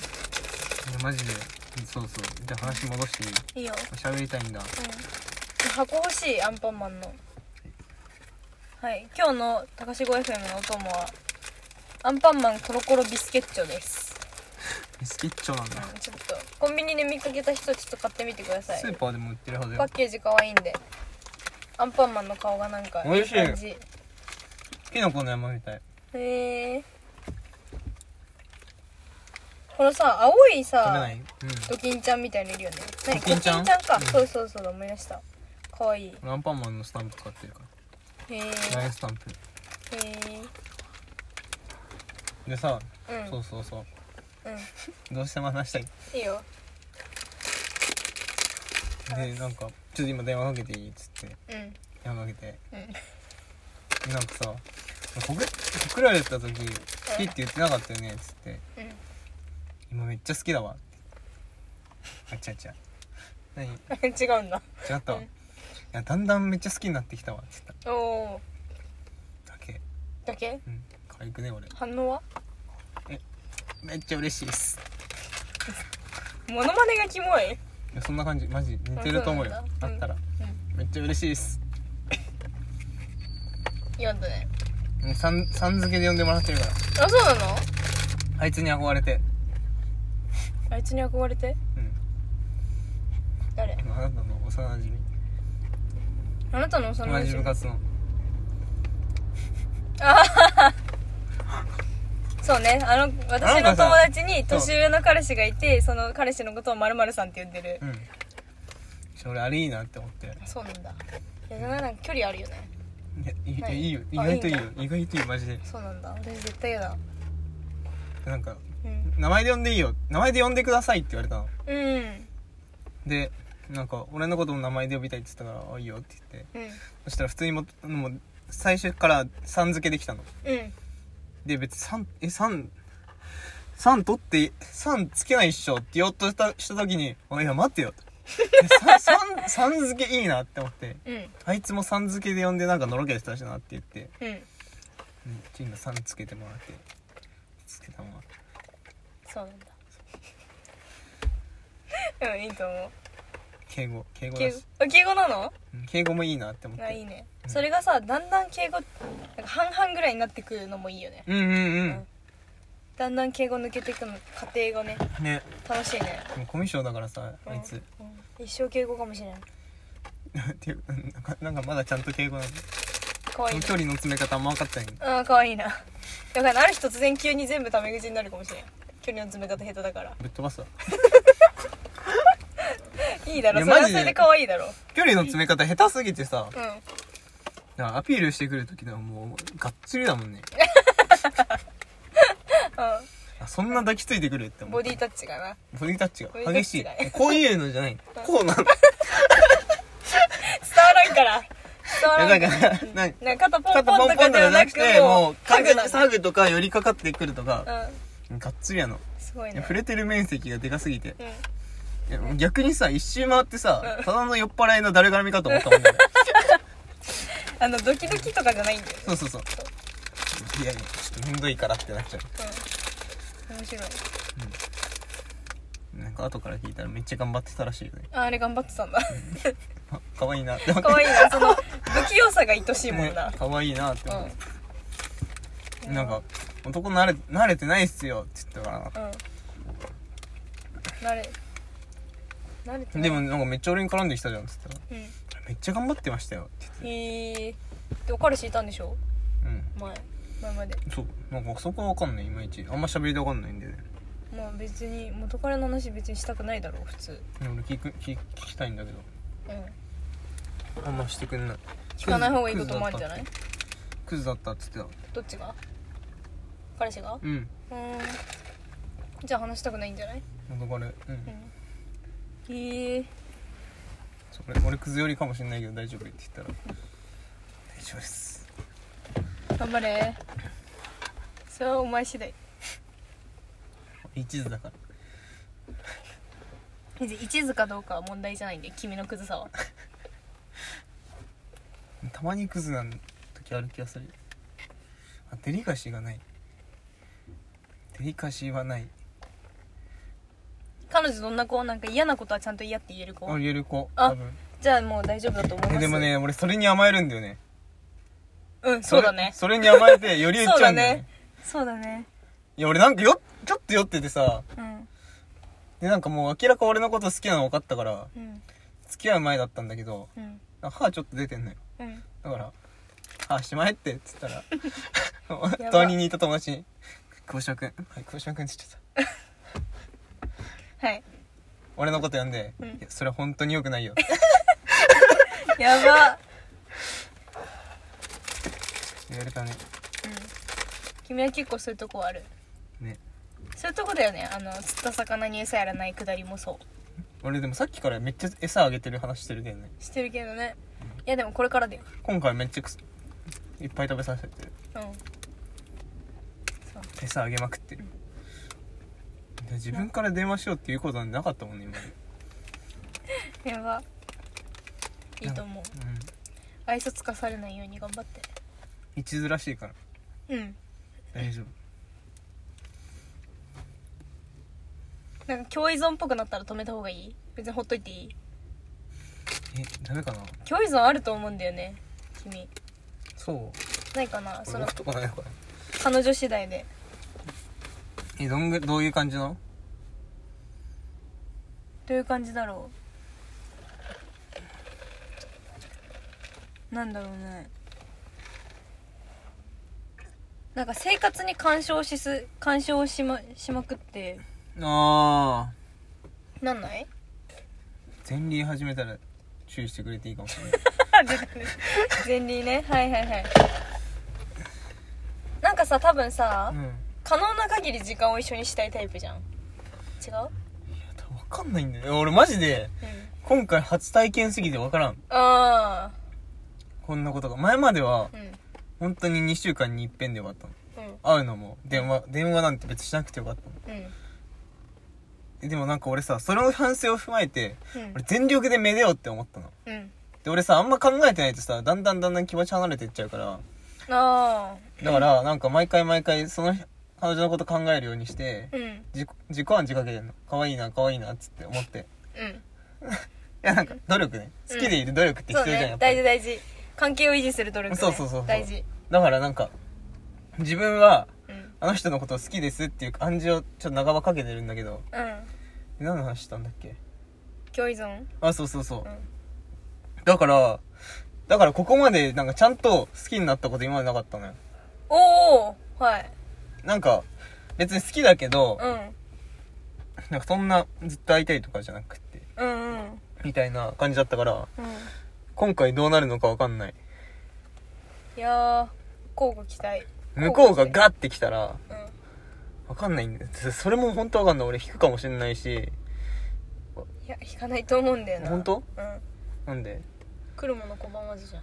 Speaker 2: マジでそうそうじゃあ話戻していい
Speaker 1: いいよ
Speaker 2: 喋りたいんだ
Speaker 1: うん箱欲しいアンパンマンのはい今日の高志 5FM のお供はアンパンマンコロコロビスケッチョです、
Speaker 2: ビスケッチョなんだ
Speaker 1: うん、ちょっとコンビニで見かけた人ちょっと買ってみてください
Speaker 2: スーパーでも売ってるはず
Speaker 1: パ
Speaker 2: よ
Speaker 1: ッケージ可愛いんでアンパンマンの顔がなんか
Speaker 2: 美味しい
Speaker 1: 感じ
Speaker 2: キノコの山みたい
Speaker 1: へえこのさ青い
Speaker 2: 食べ
Speaker 1: さ
Speaker 2: ないうん
Speaker 1: ドキンちゃんみたいのいるよね何
Speaker 2: ドキンちゃん
Speaker 1: ドキンちゃんか、
Speaker 2: うん
Speaker 1: そうそうそうだ思い出した可愛いへ
Speaker 2: 俺アンパンマンのスタンプ買ってるか
Speaker 1: えへ
Speaker 2: らラインスタンプでさ
Speaker 1: えうん
Speaker 2: そうそうそう
Speaker 1: うん
Speaker 2: どうしても話したい
Speaker 1: いいよ
Speaker 2: でなんか「ちょっと今電話かけていい?」っつって
Speaker 1: うん
Speaker 2: 電話かけて
Speaker 1: うん
Speaker 2: でなんかさ「告告られた時好きって言ってなかったよね」っつって
Speaker 1: うん
Speaker 2: 「今めっちゃ好きだわ」ってあっちゃっちゃ何違
Speaker 1: 違うん だ
Speaker 2: ったわ
Speaker 1: うん
Speaker 2: いやだんだんめっちゃ好きになってきたわっつった
Speaker 1: おお
Speaker 2: だけ
Speaker 1: だけ
Speaker 2: うん可愛くね俺
Speaker 1: 反応は
Speaker 2: めっちゃ嬉しいっす
Speaker 1: モノマネがキモい
Speaker 2: いやそんな感じマジ似てると思うよ
Speaker 1: あそ
Speaker 2: あ
Speaker 1: うなんだ
Speaker 2: ったら
Speaker 1: う
Speaker 2: めっちゃ嬉しいっす
Speaker 1: 読んだね
Speaker 2: うんさんさん付けで呼んでもらってるから
Speaker 1: あそうなの
Speaker 2: あいつに憧れて
Speaker 1: あいつに憧れて
Speaker 2: うん
Speaker 1: 誰
Speaker 2: あなたの幼馴染
Speaker 1: あなたの幼
Speaker 2: 同
Speaker 1: 馴
Speaker 2: じ部
Speaker 1: 染
Speaker 2: 活の
Speaker 1: そうねあの私
Speaker 2: な
Speaker 1: の
Speaker 2: んかさ
Speaker 1: 友達に
Speaker 2: そう
Speaker 1: 年上の彼氏がいてその彼氏のことをまるさんって呼んでる
Speaker 2: うんそれあれいいなって思って
Speaker 1: そうなんだいやでもなんか距離あるよね
Speaker 2: いやいい
Speaker 1: はい
Speaker 2: いいよ意
Speaker 1: あ
Speaker 2: 外といいよ
Speaker 1: いいん
Speaker 2: 意外といいよマジで
Speaker 1: そうなんだ私絶対嫌だ
Speaker 2: なんか
Speaker 1: うん
Speaker 2: 名前で呼んでいいよ名前で呼んでくださいって言われたの
Speaker 1: うん
Speaker 2: でなんか俺のことも名前で呼びたいって言ったからあいいよって言って
Speaker 1: うん
Speaker 2: そしたら普通にももう最初からさん付けできたの
Speaker 1: うん
Speaker 2: で別にさんえさんさん取ってさんつけないっしょって言おうとしたした時に「あいや待てよ」えさ んさん付けいいなって思って
Speaker 1: うん
Speaker 2: あいつもさん付けで呼んでなんかのろけてたしなって言って
Speaker 1: うん
Speaker 2: チンがさんつけてもらってつけたまま
Speaker 1: そう なんだうんいいと思う
Speaker 2: 敬語敬語だ
Speaker 1: 敬語
Speaker 2: し
Speaker 1: あ敬語なの
Speaker 2: うん敬語もいいなって思っ
Speaker 1: あいい
Speaker 2: て
Speaker 1: ねそれがさだんだん敬語なんか半々ぐらいになってくるのもいいよね
Speaker 2: うんうんうん
Speaker 1: んだんだん敬語抜けていくの過程がね
Speaker 2: ね
Speaker 1: 楽しいね
Speaker 2: でもコミュ障だからさ
Speaker 1: うん
Speaker 2: あいつ
Speaker 1: うん一生敬語かもしれない
Speaker 2: っていうなんかなんかまだちゃんと敬語なの
Speaker 1: かわいい
Speaker 2: 距離の詰め方あんま分かってないけど
Speaker 1: なうんかわいいなだからある日突然急に全部タメ口になるかもしれない距離の詰め方下手だから
Speaker 2: ぶっ飛ばすわ
Speaker 1: いいだろ
Speaker 2: いや
Speaker 1: それは
Speaker 2: マ
Speaker 1: そ
Speaker 2: ジで
Speaker 1: れで可愛いだろ
Speaker 2: 距離の詰め方下手すぎてさ
Speaker 1: うん
Speaker 2: なんかアピールしてくる時でももうがっつりだもんねあそんな抱きついてくるって
Speaker 1: うん
Speaker 2: 思
Speaker 1: ボ
Speaker 2: う
Speaker 1: ディタッチかな
Speaker 2: ボディタッチ
Speaker 1: ボディタ
Speaker 2: が
Speaker 1: ッ
Speaker 2: 激
Speaker 1: チ
Speaker 2: し
Speaker 1: だね
Speaker 2: いこういうのじゃないこうなの
Speaker 1: 伝わらんから伝わらん
Speaker 2: いや
Speaker 1: か
Speaker 2: だ
Speaker 1: ら
Speaker 2: からなんか
Speaker 1: なんか肩ポン
Speaker 2: 肩
Speaker 1: ポ
Speaker 2: ポ
Speaker 1: ン
Speaker 2: ン
Speaker 1: と
Speaker 2: ポ
Speaker 1: か
Speaker 2: ン
Speaker 1: では
Speaker 2: とかじ
Speaker 1: な
Speaker 2: ゃな
Speaker 1: く
Speaker 2: くてもう
Speaker 1: ハ
Speaker 2: 完
Speaker 1: グ
Speaker 2: 全
Speaker 1: な
Speaker 2: にサグとか寄りかかってくるとか
Speaker 1: うん
Speaker 2: がっつりやの
Speaker 1: すごい
Speaker 2: いや
Speaker 1: ね
Speaker 2: 触れてる面積がでかすぎて
Speaker 1: うん
Speaker 2: いや逆にさ一周回ってさ
Speaker 1: うん
Speaker 2: ただの酔っ払いの誰絡みかと思った もんね
Speaker 1: あのドキドキとかじゃないんだよね
Speaker 2: そうそうそういやいやちょっとめんどいからってなっちゃ
Speaker 1: うん面白いう
Speaker 2: なんか後から聞いたらめっちゃ頑張ってたらしいよね
Speaker 1: ああれ頑張ってたんだ
Speaker 2: あ可愛いなって思っ て
Speaker 1: 可愛いなその不器用さが愛しいもんな、
Speaker 2: ね可愛いなって思っ
Speaker 1: う
Speaker 2: て
Speaker 1: ん
Speaker 2: なんか男慣れ慣れてないっすよって言ったから
Speaker 1: うん慣れ慣れてない
Speaker 2: でもなんかめっちゃ俺に絡んできたじゃんっつったら
Speaker 1: うん
Speaker 2: めっちゃ頑張ってましたよって
Speaker 1: えー、でお彼氏いたんでしょ
Speaker 2: 言って
Speaker 1: 前前まで
Speaker 2: うんそうなんかそこはわかんないいまいちあんま喋りたがんないんだよね
Speaker 1: まあ別に元彼の話別にしたくないだろう普通
Speaker 2: で俺聞く聞聞きたいんだけど
Speaker 1: うん
Speaker 2: あんましてくんない
Speaker 1: 聞かない方がいいこともあるんじゃない
Speaker 2: クズだったっつってた
Speaker 1: どっちが彼氏が
Speaker 2: うん
Speaker 1: うーんじゃあ話したくないんじゃない
Speaker 2: 元カレう
Speaker 1: うんんえー、
Speaker 2: そう俺俺クズよりかもしんないけど大丈夫って言ったら大丈夫です
Speaker 1: 頑張れそれはお前次第
Speaker 2: 一途だから
Speaker 1: 別に一途かどうかは問題じゃないんで君のクズさは
Speaker 2: たまにクズな時ある気がするあデリカシーがないデリカシーはない
Speaker 1: 彼女どんな子なんか嫌なことはちゃんと嫌って言える子
Speaker 2: あ言える子
Speaker 1: あ
Speaker 2: 多分
Speaker 1: じゃあもう大丈夫だと思います
Speaker 2: えでもね俺それに甘えるんだよね
Speaker 1: うんそうだね
Speaker 2: それそれに甘えてより言っちゃうんだよね
Speaker 1: そうだね そうだね
Speaker 2: いや俺なんかよちょっと酔っててさ
Speaker 1: うん
Speaker 2: でなんかもう明らか俺のこと好きなの分かったから
Speaker 1: うん
Speaker 2: 付き合う前だったんだけど
Speaker 1: うん
Speaker 2: 歯ちょっと出てんのよ
Speaker 1: うん
Speaker 2: だから「歯しまえって」っつっ たら
Speaker 1: ば
Speaker 2: 隣にいた友達に「久保島君はい久保島君」って言っちゃった
Speaker 1: はい
Speaker 2: 俺のこと呼んで「
Speaker 1: うん
Speaker 2: いやそれは本当に良くないよ」
Speaker 1: やば
Speaker 2: 言われたね
Speaker 1: 君は結構そういうとこある
Speaker 2: ね
Speaker 1: そういうとこだよねあの釣った魚に餌やらないくだりもそ
Speaker 2: 俺でもさっきからめっちゃ餌あげてる話してるけどね
Speaker 1: うしてるけどねいやでもこれからだよ
Speaker 2: 今回めっちゃくすいっぱい食べさせてる
Speaker 1: うん
Speaker 2: 餌あげまくってるで自分から電話しようっていうことなんてなかったもんね今まで
Speaker 1: やばいいと思う
Speaker 2: うん
Speaker 1: 愛想つかされないように頑張って
Speaker 2: 一途らしいから
Speaker 1: うん
Speaker 2: 大丈夫
Speaker 1: なんか共依存っぽくなったら止めた方がいい別にほっといていい
Speaker 2: えダメかな
Speaker 1: 共依存あると思うんだよね君
Speaker 2: そう
Speaker 1: ないかなそ
Speaker 2: 俺
Speaker 1: の
Speaker 2: 置くとかないのこれ
Speaker 1: 彼女次第で
Speaker 2: えどんぐどういう感じなの
Speaker 1: どういう感じだろうなんだろうねなんか生活に干渉しす干渉しましまくって
Speaker 2: ああ
Speaker 1: なん ない
Speaker 2: 前輪始めたら注意してくれていいかもしれない
Speaker 1: 前輪ねはいはいはいなんかさ多分さ
Speaker 2: うんいや
Speaker 1: 可能な限り時間を一緒にしたいタイプじゃん違う
Speaker 2: 分かんないんだよいや俺マジで
Speaker 1: うん
Speaker 2: 今回初体験すぎて分からん
Speaker 1: あ
Speaker 2: こんなことが前まで
Speaker 1: あ
Speaker 2: は
Speaker 1: うん
Speaker 2: 本当に2週間に一遍で終わったの
Speaker 1: うん
Speaker 2: 会うのも電話電話なんて別にしなくてよかったの
Speaker 1: うん
Speaker 2: えでもなんか俺さそれの反省を踏まえて
Speaker 1: うん
Speaker 2: 俺全力でめでようって思ったの
Speaker 1: うん
Speaker 2: で俺さあんま考えてないとさだんだんだんだん気持ち離れていっちゃうから
Speaker 1: ああ
Speaker 2: だからなんか毎回毎回その彼女のこと考えるようにして
Speaker 1: うんうん
Speaker 2: 自己自己暗示かけてんの可愛いな可愛いなっつって思っていやなんか努力ね
Speaker 1: うん
Speaker 2: 好きでいる努力って
Speaker 1: そう
Speaker 2: 必要じゃん、
Speaker 1: ね
Speaker 2: やっぱ
Speaker 1: 大
Speaker 2: り
Speaker 1: 事大事関係を維持する努力、ね、
Speaker 2: そうそうそうそう
Speaker 1: 大事
Speaker 2: だからなんか自分は
Speaker 1: うん
Speaker 2: あの人のこと好きですっていう暗示をちょっと長場かけてるんだけど
Speaker 1: うん
Speaker 2: 何の話したんだっけ
Speaker 1: 共依存
Speaker 2: あそうそうそう、
Speaker 1: うん
Speaker 2: だからだからここまでなんかちゃんと好きになったこと今までなかったのよ
Speaker 1: おおはい
Speaker 2: なんか別に好きだけど、
Speaker 1: うん
Speaker 2: なんかそんなずっと会いたいとかじゃなくて
Speaker 1: うんうん
Speaker 2: みたいな感じだったから
Speaker 1: うん
Speaker 2: 今回どうなるのかわかんない
Speaker 1: いやー交互期待
Speaker 2: 向こうがガッて来たら
Speaker 1: うん
Speaker 2: わかんないんだよそれも本当わかんない俺引くかもしれないし
Speaker 1: いや引かないと思うんだよな
Speaker 2: 本当
Speaker 1: うん
Speaker 2: なんで
Speaker 1: 来るもの拒まずじゃん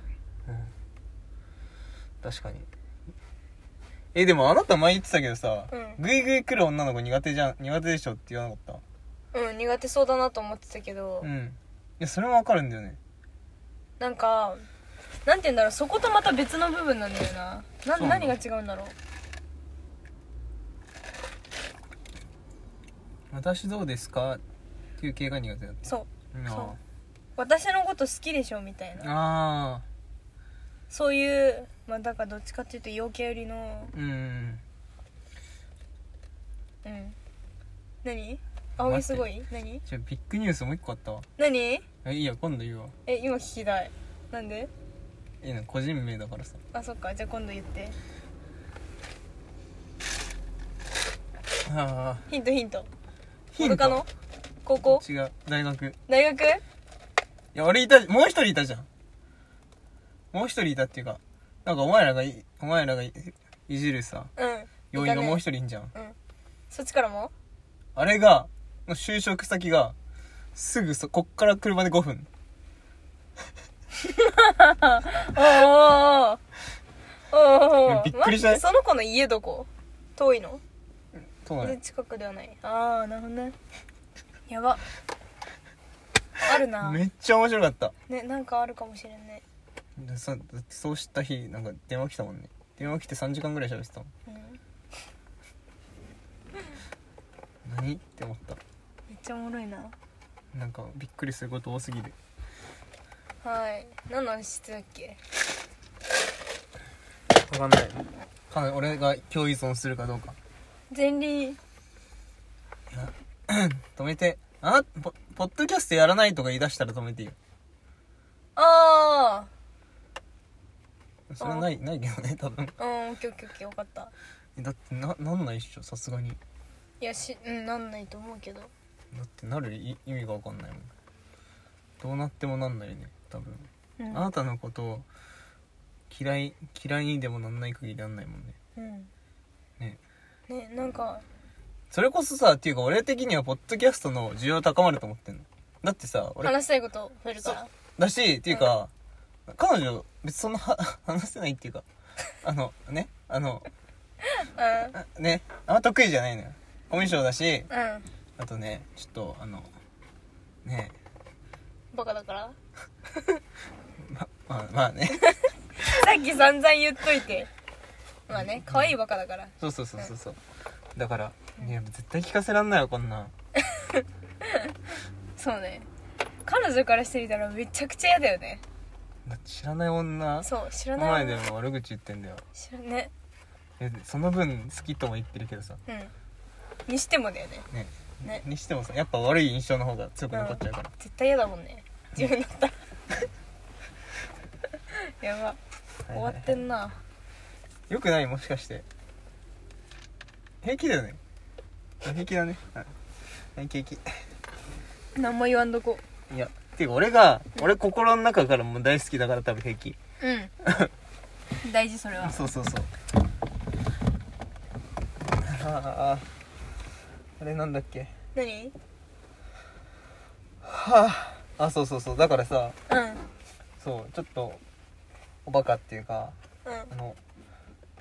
Speaker 2: 確かにえでもあなた前言ってたけどさ、
Speaker 1: うん
Speaker 2: グイグイ来る女の子苦手じゃん苦手でしょって言わなかっ
Speaker 1: うん苦手そうだなと思ってたけど、
Speaker 2: たうんいやそれもわかるんだよね
Speaker 1: なんかなんて言うんだろうそことまた別の部分なんだよなな
Speaker 2: そうなん
Speaker 1: 何
Speaker 2: だ
Speaker 1: が違うんだろう
Speaker 2: 私どうですかっていう系が苦手だっ
Speaker 1: そう
Speaker 2: たな
Speaker 1: そう私のこと好きでしょみたいな
Speaker 2: あ
Speaker 1: そういうまあだからどっちかっていうと陽気寄りの
Speaker 2: ーうん
Speaker 1: うん何葵すごい何
Speaker 2: じゃあビッグニュースもう一個あったわ
Speaker 1: 何
Speaker 2: えいいや今度言うわ
Speaker 1: え今聞きたいなんで
Speaker 2: いいな個人名だからさ
Speaker 1: あそっかじゃあ今度言って
Speaker 2: ああ
Speaker 1: ヒントヒント
Speaker 2: ヒント
Speaker 1: 他の高校
Speaker 2: 違う大学い
Speaker 1: 大学
Speaker 2: や俺いたもう一人いたじゃんもう一人いたっていうかなんかお前らがいお前らがいいじるさ
Speaker 1: うん
Speaker 2: 要員がもう一
Speaker 1: い
Speaker 2: 人いんじゃん、
Speaker 1: たねうんそっちからも
Speaker 2: あれがの就職先がすぐそこっから車で5分
Speaker 1: おーおーおー
Speaker 2: びっくりしない
Speaker 1: 待ってその子の家どこ遠いの
Speaker 2: 都
Speaker 1: 全然
Speaker 2: 内
Speaker 1: 近くではないああなるほどねやばあるな
Speaker 2: めっちゃ面白かった
Speaker 1: ねなんかあるかもしれない、
Speaker 2: でそだってそうした日なんか電話来たもんね電話来て3時間ぐらい喋ってたもん
Speaker 1: うん、
Speaker 2: 何って思った
Speaker 1: めっちゃおもろいな
Speaker 2: なんかびっくりすること多すぎる
Speaker 1: はい何の話してたっけ
Speaker 2: わかんないかな俺が今日依存するかどうか
Speaker 1: 前輪
Speaker 2: 止めてあポポッドキャストやらないとか言い出したら止めていいよ
Speaker 1: あ
Speaker 2: それはないないけどね多分
Speaker 1: あうんオッケーオッケーオッケー分かった
Speaker 2: えだってななんないっしょさすがに
Speaker 1: いやしうんなんないと思うけど
Speaker 2: だってなるい意味がわかんないもんどうなってもなんないよね多分
Speaker 1: うん
Speaker 2: あなたのことを嫌い嫌いにでもなんない限りなんないもんね
Speaker 1: うん
Speaker 2: ね
Speaker 1: ねなんか
Speaker 2: それこそさっていうか俺的にはポッドキャストの需要高まると思ってんのだってさ俺
Speaker 1: 話したいこと増えるから
Speaker 2: だしっていうか、彼女別にそんなは 話せないっていうかあのねあの
Speaker 1: うん
Speaker 2: あねあんま得意じゃないのよコミュ障だし
Speaker 1: うん
Speaker 2: あとねちょっとあのね
Speaker 1: バカだから
Speaker 2: まあまあ ね
Speaker 1: さっき散々言っといてまあね可愛いバカだから
Speaker 2: そうそうそうそうそうだからいや絶対聞かせらんないよこんなん
Speaker 1: そうね彼女からしてみたらめちゃくちゃ嫌だよね
Speaker 2: だって知らない女
Speaker 1: そう知ら
Speaker 2: の
Speaker 1: ない
Speaker 2: 前でも悪口言ってんだよ
Speaker 1: 知らね
Speaker 2: えその分好きとも言ってるけどさ
Speaker 1: うんにしてもだよね
Speaker 2: ね
Speaker 1: ね
Speaker 2: にしてもさやっぱ悪い印象の方が強く残っちゃうから、
Speaker 1: 絶対嫌だもんね自分だったらやば終わってんな
Speaker 2: よくないもしかして平気だよねあ平気だねあ平気平
Speaker 1: 何も言わんどこ
Speaker 2: 気いやていうか俺が俺心の中からもう大好きだから多分平気
Speaker 1: うん 大事それは
Speaker 2: そうそうそうあああれなんだっけ
Speaker 1: 何
Speaker 2: はああそうそうそうだからさ
Speaker 1: うん
Speaker 2: そうちょっとおバカっていうか
Speaker 1: うん
Speaker 2: あの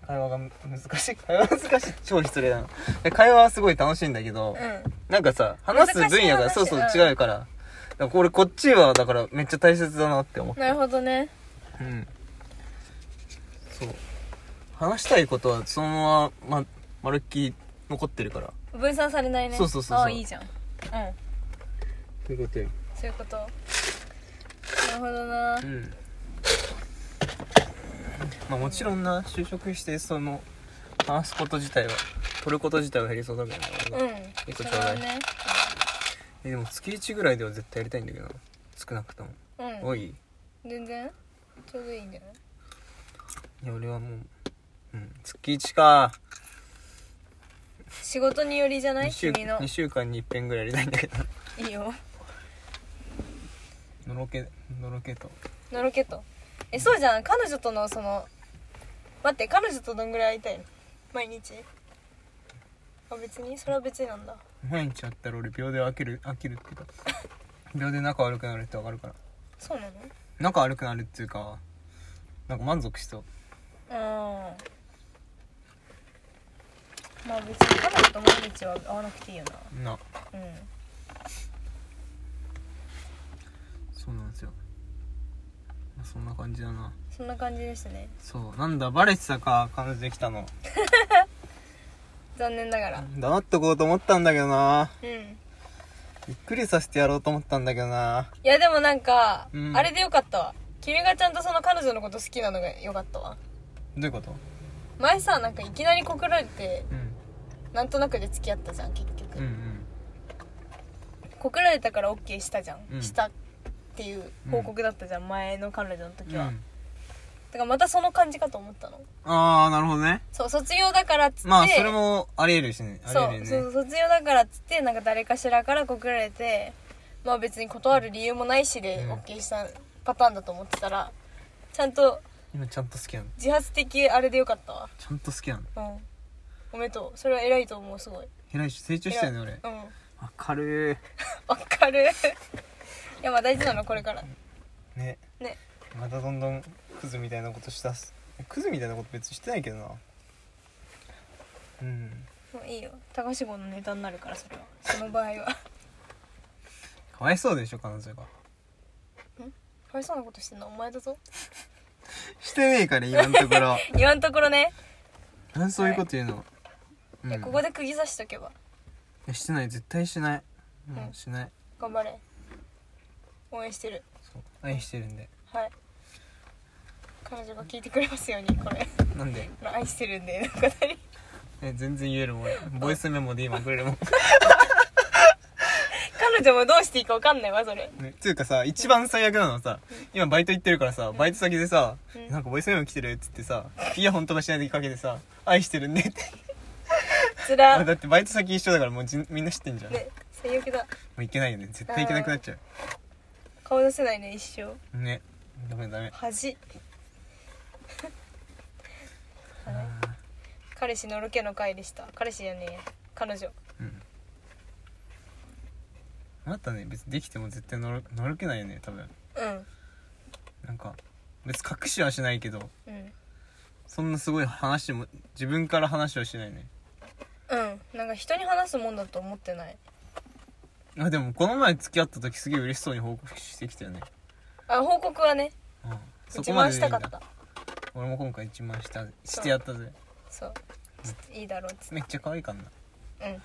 Speaker 2: 会話がむ難しい会話難しい超失礼だなで会話はすごい楽しいんだけど、
Speaker 1: うん
Speaker 2: なんかさ話す分
Speaker 1: 難
Speaker 2: 野が
Speaker 1: しい話
Speaker 2: そうそう
Speaker 1: うん
Speaker 2: 違うからだから俺こっちはだからめっちゃ大切だなって思った
Speaker 1: なるほどね
Speaker 2: うんそう話したいことはそのままままるっきり残ってるから
Speaker 1: 分散されないね
Speaker 2: そうそうそうそ
Speaker 1: あ
Speaker 2: う
Speaker 1: あいいじゃんうん
Speaker 2: ということよ
Speaker 1: そういうことなるほどな
Speaker 2: うんまあもちろんな就職してその話すこと自体は取ること自体は減りそうだけどね俺が
Speaker 1: うん
Speaker 2: 一個
Speaker 1: そ
Speaker 2: ちょ
Speaker 1: れ
Speaker 2: うだ
Speaker 1: はいね
Speaker 2: えでも月1ぐらいでは絶対やりたいんだけどな少なくとも、
Speaker 1: うん
Speaker 2: 多いい
Speaker 1: 全然ちょうどいいんじゃない
Speaker 2: や俺はもう、うん、月1か
Speaker 1: 仕事によりじゃない
Speaker 2: 2週
Speaker 1: 君の
Speaker 2: 二週間に一遍ぐらいやりたいんだけど
Speaker 1: いいよ
Speaker 2: のろけのろけと
Speaker 1: のろけとえそうじゃん彼女とのその待って彼女とどんぐらい会いたいの毎日あ別にそれは別になんだ
Speaker 2: 毎日やったら俺秒で飽きる飽きるって言った秒で仲悪くなるってわかるから
Speaker 1: そうなの
Speaker 2: 仲悪くなるっていうかなんか満足しそう
Speaker 1: うんまあ別に彼女と毎日は会わなくていいよ
Speaker 2: な
Speaker 1: なうん
Speaker 2: そうなんですよまあそんな感じだな
Speaker 1: そんな感じでしたね
Speaker 2: そうなんだバレてたか彼女できたの
Speaker 1: 残念ながら
Speaker 2: 黙っとこうと思ったんだけどな
Speaker 1: うんい
Speaker 2: びっくりさせてやろうと思ったんだけどな
Speaker 1: やでもなんか、
Speaker 2: うん
Speaker 1: あれでよかったわ君がちゃんとその彼女のこと好きなのがよかったわ
Speaker 2: どういうこと
Speaker 1: 前さなんかいきなり告られて
Speaker 2: うん
Speaker 1: なんとなくで付き合ったじゃん結局、
Speaker 2: うん
Speaker 1: 告られたから OK したじゃん、
Speaker 2: うん
Speaker 1: したっていう報告だったじゃん、前の彼女の
Speaker 2: うん
Speaker 1: 時は、だからまたその感じかと思ったの
Speaker 2: ああなるほどね
Speaker 1: そう卒業だからっつって
Speaker 2: まあそれもありえるしねあり
Speaker 1: そう
Speaker 2: える
Speaker 1: そう
Speaker 2: よね
Speaker 1: 卒業だからっつってなんか誰かしらから告られてまあ別に断る理由もないしで
Speaker 2: うん
Speaker 1: OK したパターンだと思ってたらちゃんと
Speaker 2: 今ちゃんと好きなの
Speaker 1: 自発的あれでよかったわ
Speaker 2: ちゃんと好きなの
Speaker 1: うんおめでとうそれは偉いと思うすごい
Speaker 2: 偉いし成長したよね俺
Speaker 1: うん
Speaker 2: わかる
Speaker 1: わかる いやまあ大事なのこれから
Speaker 2: ね
Speaker 1: ね
Speaker 2: またどんどんクズみたいなことしだすクズみたいなこと別にしてないけどなうん
Speaker 1: もういいよ高志号のネタになるからそれはその場合は
Speaker 2: かわいそうでしょ彼女が
Speaker 1: かわいそうなことしてんのお前だぞ
Speaker 2: してねえから今のと ころ
Speaker 1: 言わんところね、
Speaker 2: なんでそういうこと言うの、
Speaker 1: いうや
Speaker 2: ん
Speaker 1: ここで釘刺しとけば
Speaker 2: いやしてない絶対しないも
Speaker 1: う
Speaker 2: うんしない
Speaker 1: 頑張れ応援してる
Speaker 2: そう愛してるんで
Speaker 1: はい彼女が聞いてくれますようにこれ
Speaker 2: なんで
Speaker 1: 愛してるんでのくだり
Speaker 2: え全然言えるもん俺ボイスメモで今くれるもん、
Speaker 1: 彼女もどうしていいか分かんないわそれ
Speaker 2: ね、つうかさ一番最悪なのはさ今バイト行ってるからさバイト先でさ、
Speaker 1: うん
Speaker 2: なんかボイスメモ来てるっつってさイヤホンとかしないでかけてさ愛してるんでって
Speaker 1: つ
Speaker 2: あ
Speaker 1: ら
Speaker 2: だってバイト先一緒だからもうじんみんな知ってんじゃん、
Speaker 1: ね最悪だ
Speaker 2: もういけないよね絶対いけなくなっちゃ
Speaker 1: 顔出せないね一生
Speaker 2: うねダメダメ
Speaker 1: 恥 はい彼氏のロケの回でした彼氏じゃねえや彼女
Speaker 2: うんあなたね別にできても絶対のろのろけないよね多分なんか別に隠しはしないけど
Speaker 1: うんうん
Speaker 2: そんなすごい話も自分から話はしないね
Speaker 1: うんなんか人に話すもんだと思ってない
Speaker 2: あでもこの前付き合った時すげえ嬉しそうに報告してきたよね、
Speaker 1: あ報告はね
Speaker 2: うん、そ
Speaker 1: 一
Speaker 2: こま
Speaker 1: 番
Speaker 2: でで
Speaker 1: し
Speaker 2: いい
Speaker 1: た
Speaker 2: ん
Speaker 1: かっ
Speaker 2: だ
Speaker 1: た
Speaker 2: 俺も今回一番したし
Speaker 1: そう
Speaker 2: てやったぜ
Speaker 1: そうちょっといいだろうっつって
Speaker 2: めっちゃ可愛いかんな
Speaker 1: うん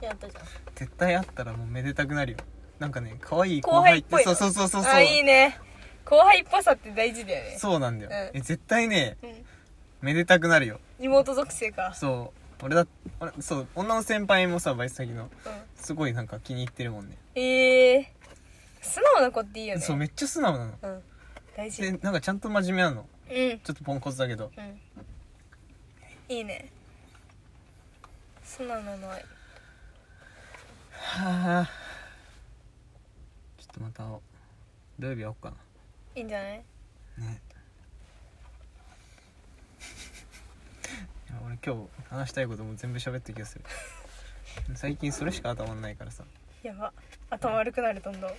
Speaker 1: やったじゃん
Speaker 2: 絶対会ったらもうめでたくなるよなんかね可愛い後
Speaker 1: 後輩
Speaker 2: 輩
Speaker 1: っ
Speaker 2: って
Speaker 1: ぽい
Speaker 2: そう
Speaker 1: の
Speaker 2: そうそうそうそう
Speaker 1: あいいね後輩っぽさって大事だよね
Speaker 2: そうなんだよ、
Speaker 1: うん
Speaker 2: え絶対ね
Speaker 1: うん
Speaker 2: めでたくなるよ
Speaker 1: 妹属性か
Speaker 2: そう俺だ俺そう女の先輩もさバイト先の
Speaker 1: うん
Speaker 2: すごいなんか気に入ってるもんね
Speaker 1: ええ素直な子っていいよね
Speaker 2: そうめっちゃ素直なの
Speaker 1: うん大事
Speaker 2: で
Speaker 1: うん
Speaker 2: なんかちゃんと真面目なの
Speaker 1: うん
Speaker 2: ちょっとポンコツだけど
Speaker 1: いいね素直なのはいい
Speaker 2: はあちょっとまた会おう土曜日会おうか
Speaker 1: いいんじゃない
Speaker 2: なねいや俺今日話したいことも全部喋った気がする最近それしか頭にないからさ
Speaker 1: やば頭悪くなるど んどん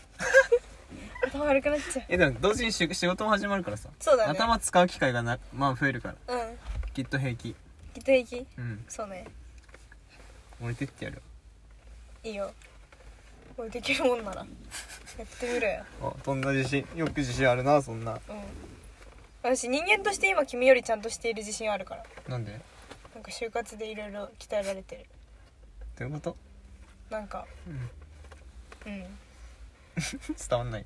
Speaker 1: 頭悪くなっちゃ
Speaker 2: えでも同時にし仕事も始まるからさ
Speaker 1: そうだね
Speaker 2: 頭使う機会がなまあ増えるから
Speaker 1: ううん
Speaker 2: きっと平気
Speaker 1: きっと平気
Speaker 2: うん
Speaker 1: そうね
Speaker 2: 俺てってやる
Speaker 1: いいよ俺できるもんならやってみろよ
Speaker 2: あそんな自信よく自信あるなそんな
Speaker 1: うん私人間として今君よりちゃんとしている自信あるから
Speaker 2: なんで
Speaker 1: なんか就活でいろいろ鍛えられてる
Speaker 2: どういうこと
Speaker 1: なんか
Speaker 2: うん
Speaker 1: うんうん
Speaker 2: 伝わんない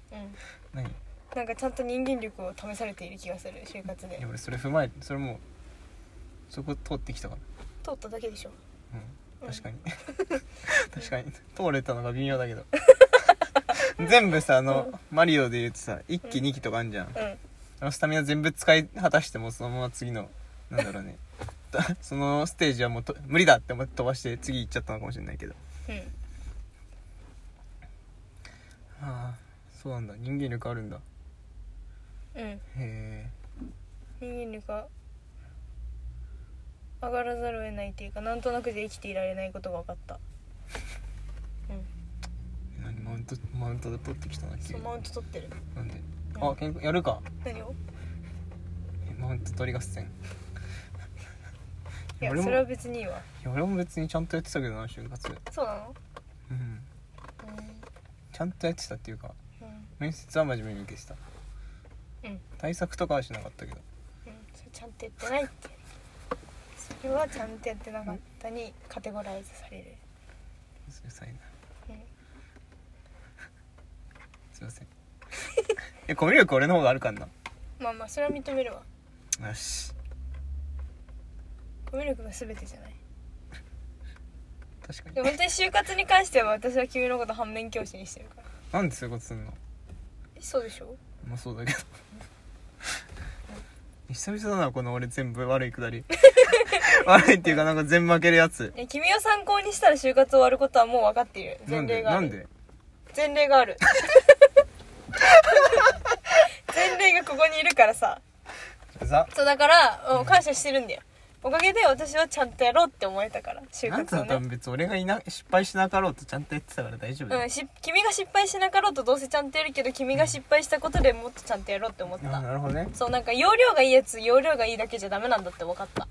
Speaker 2: 何い
Speaker 1: なんかちゃんと人間力を試されている気がする就活で
Speaker 2: や俺それ踏まえてそれもうそこ通ってきたか
Speaker 1: 通っただけでしょ
Speaker 2: らうん確か に確かに通れたのが微妙だけど 全部さあの、マリオで言うとさ1期2期とかあんじゃん、
Speaker 1: うん
Speaker 2: あのスタミナ全部使い果たしてもそのまま次のなんだろうね だそのステージはもうと無理だって思って飛ばして次行っちゃったのかもしれないけど
Speaker 1: うん
Speaker 2: ああそうなんだ人間力あるんだ
Speaker 1: うん
Speaker 2: へ
Speaker 1: 人間力が上がらざるを得ないっていうかなんとなくで生きていられないことが分かったうん
Speaker 2: え何マウントマウントで取ってきたな急
Speaker 1: そう
Speaker 2: に
Speaker 1: マウント取ってる
Speaker 2: なんで
Speaker 1: うん
Speaker 2: あ健康やるか
Speaker 1: 何を
Speaker 2: えマウント取り合戦
Speaker 1: いや
Speaker 2: 俺も
Speaker 1: それは別にいいわ
Speaker 2: いや俺も別にちゃんとやってたけどな就活
Speaker 1: そうなの
Speaker 2: うんちゃんとやってたっていうか
Speaker 1: うんうん、
Speaker 2: 面接は真面目に受けてた
Speaker 1: うん、
Speaker 2: 対策とかはしなかったけど
Speaker 1: それちゃんとやってないってそれはちゃんとやってなかったにカテゴライズされる
Speaker 2: うるさいな
Speaker 1: うん
Speaker 2: すいません えコミュ力俺の方があるかんな
Speaker 1: まあまあそれは認めるわ
Speaker 2: よし
Speaker 1: コミュ力が全てじゃない
Speaker 2: 確か
Speaker 1: で
Speaker 2: に
Speaker 1: も本当に就活に関しては私は君のこと反面教師にしてるから
Speaker 2: なんでそういうことすんの
Speaker 1: えそうでしょ
Speaker 2: まあそうだけど 久々だなこの俺全部悪いく だり悪いっていうかなんか全負けるやつ
Speaker 1: え君を参考にしたら就活終わることはもう分かっている
Speaker 2: な
Speaker 1: 前
Speaker 2: んで
Speaker 1: 例が
Speaker 2: な
Speaker 1: ある
Speaker 2: んで
Speaker 1: 前例がある前例がここにいるからさ
Speaker 2: うざ
Speaker 1: そうだから、うん、感謝してるんだよおかげで私はちゃんとやろうって思えたから就
Speaker 2: なん
Speaker 1: 活
Speaker 2: つう
Speaker 1: を
Speaker 2: の多
Speaker 1: ね
Speaker 2: 分別に俺がいな失敗しなかろうとちゃんとやってたから大丈夫だ
Speaker 1: う
Speaker 2: よ
Speaker 1: ん、し君が失敗しなかろうとどうせちゃんとやるけど君が失敗したことでもっとちゃんとやろうって思っ
Speaker 2: あ
Speaker 1: た
Speaker 2: なるほどね
Speaker 1: そうなんか容量がいいやつ容量がいいだけじゃダメなんだって分かった
Speaker 2: あ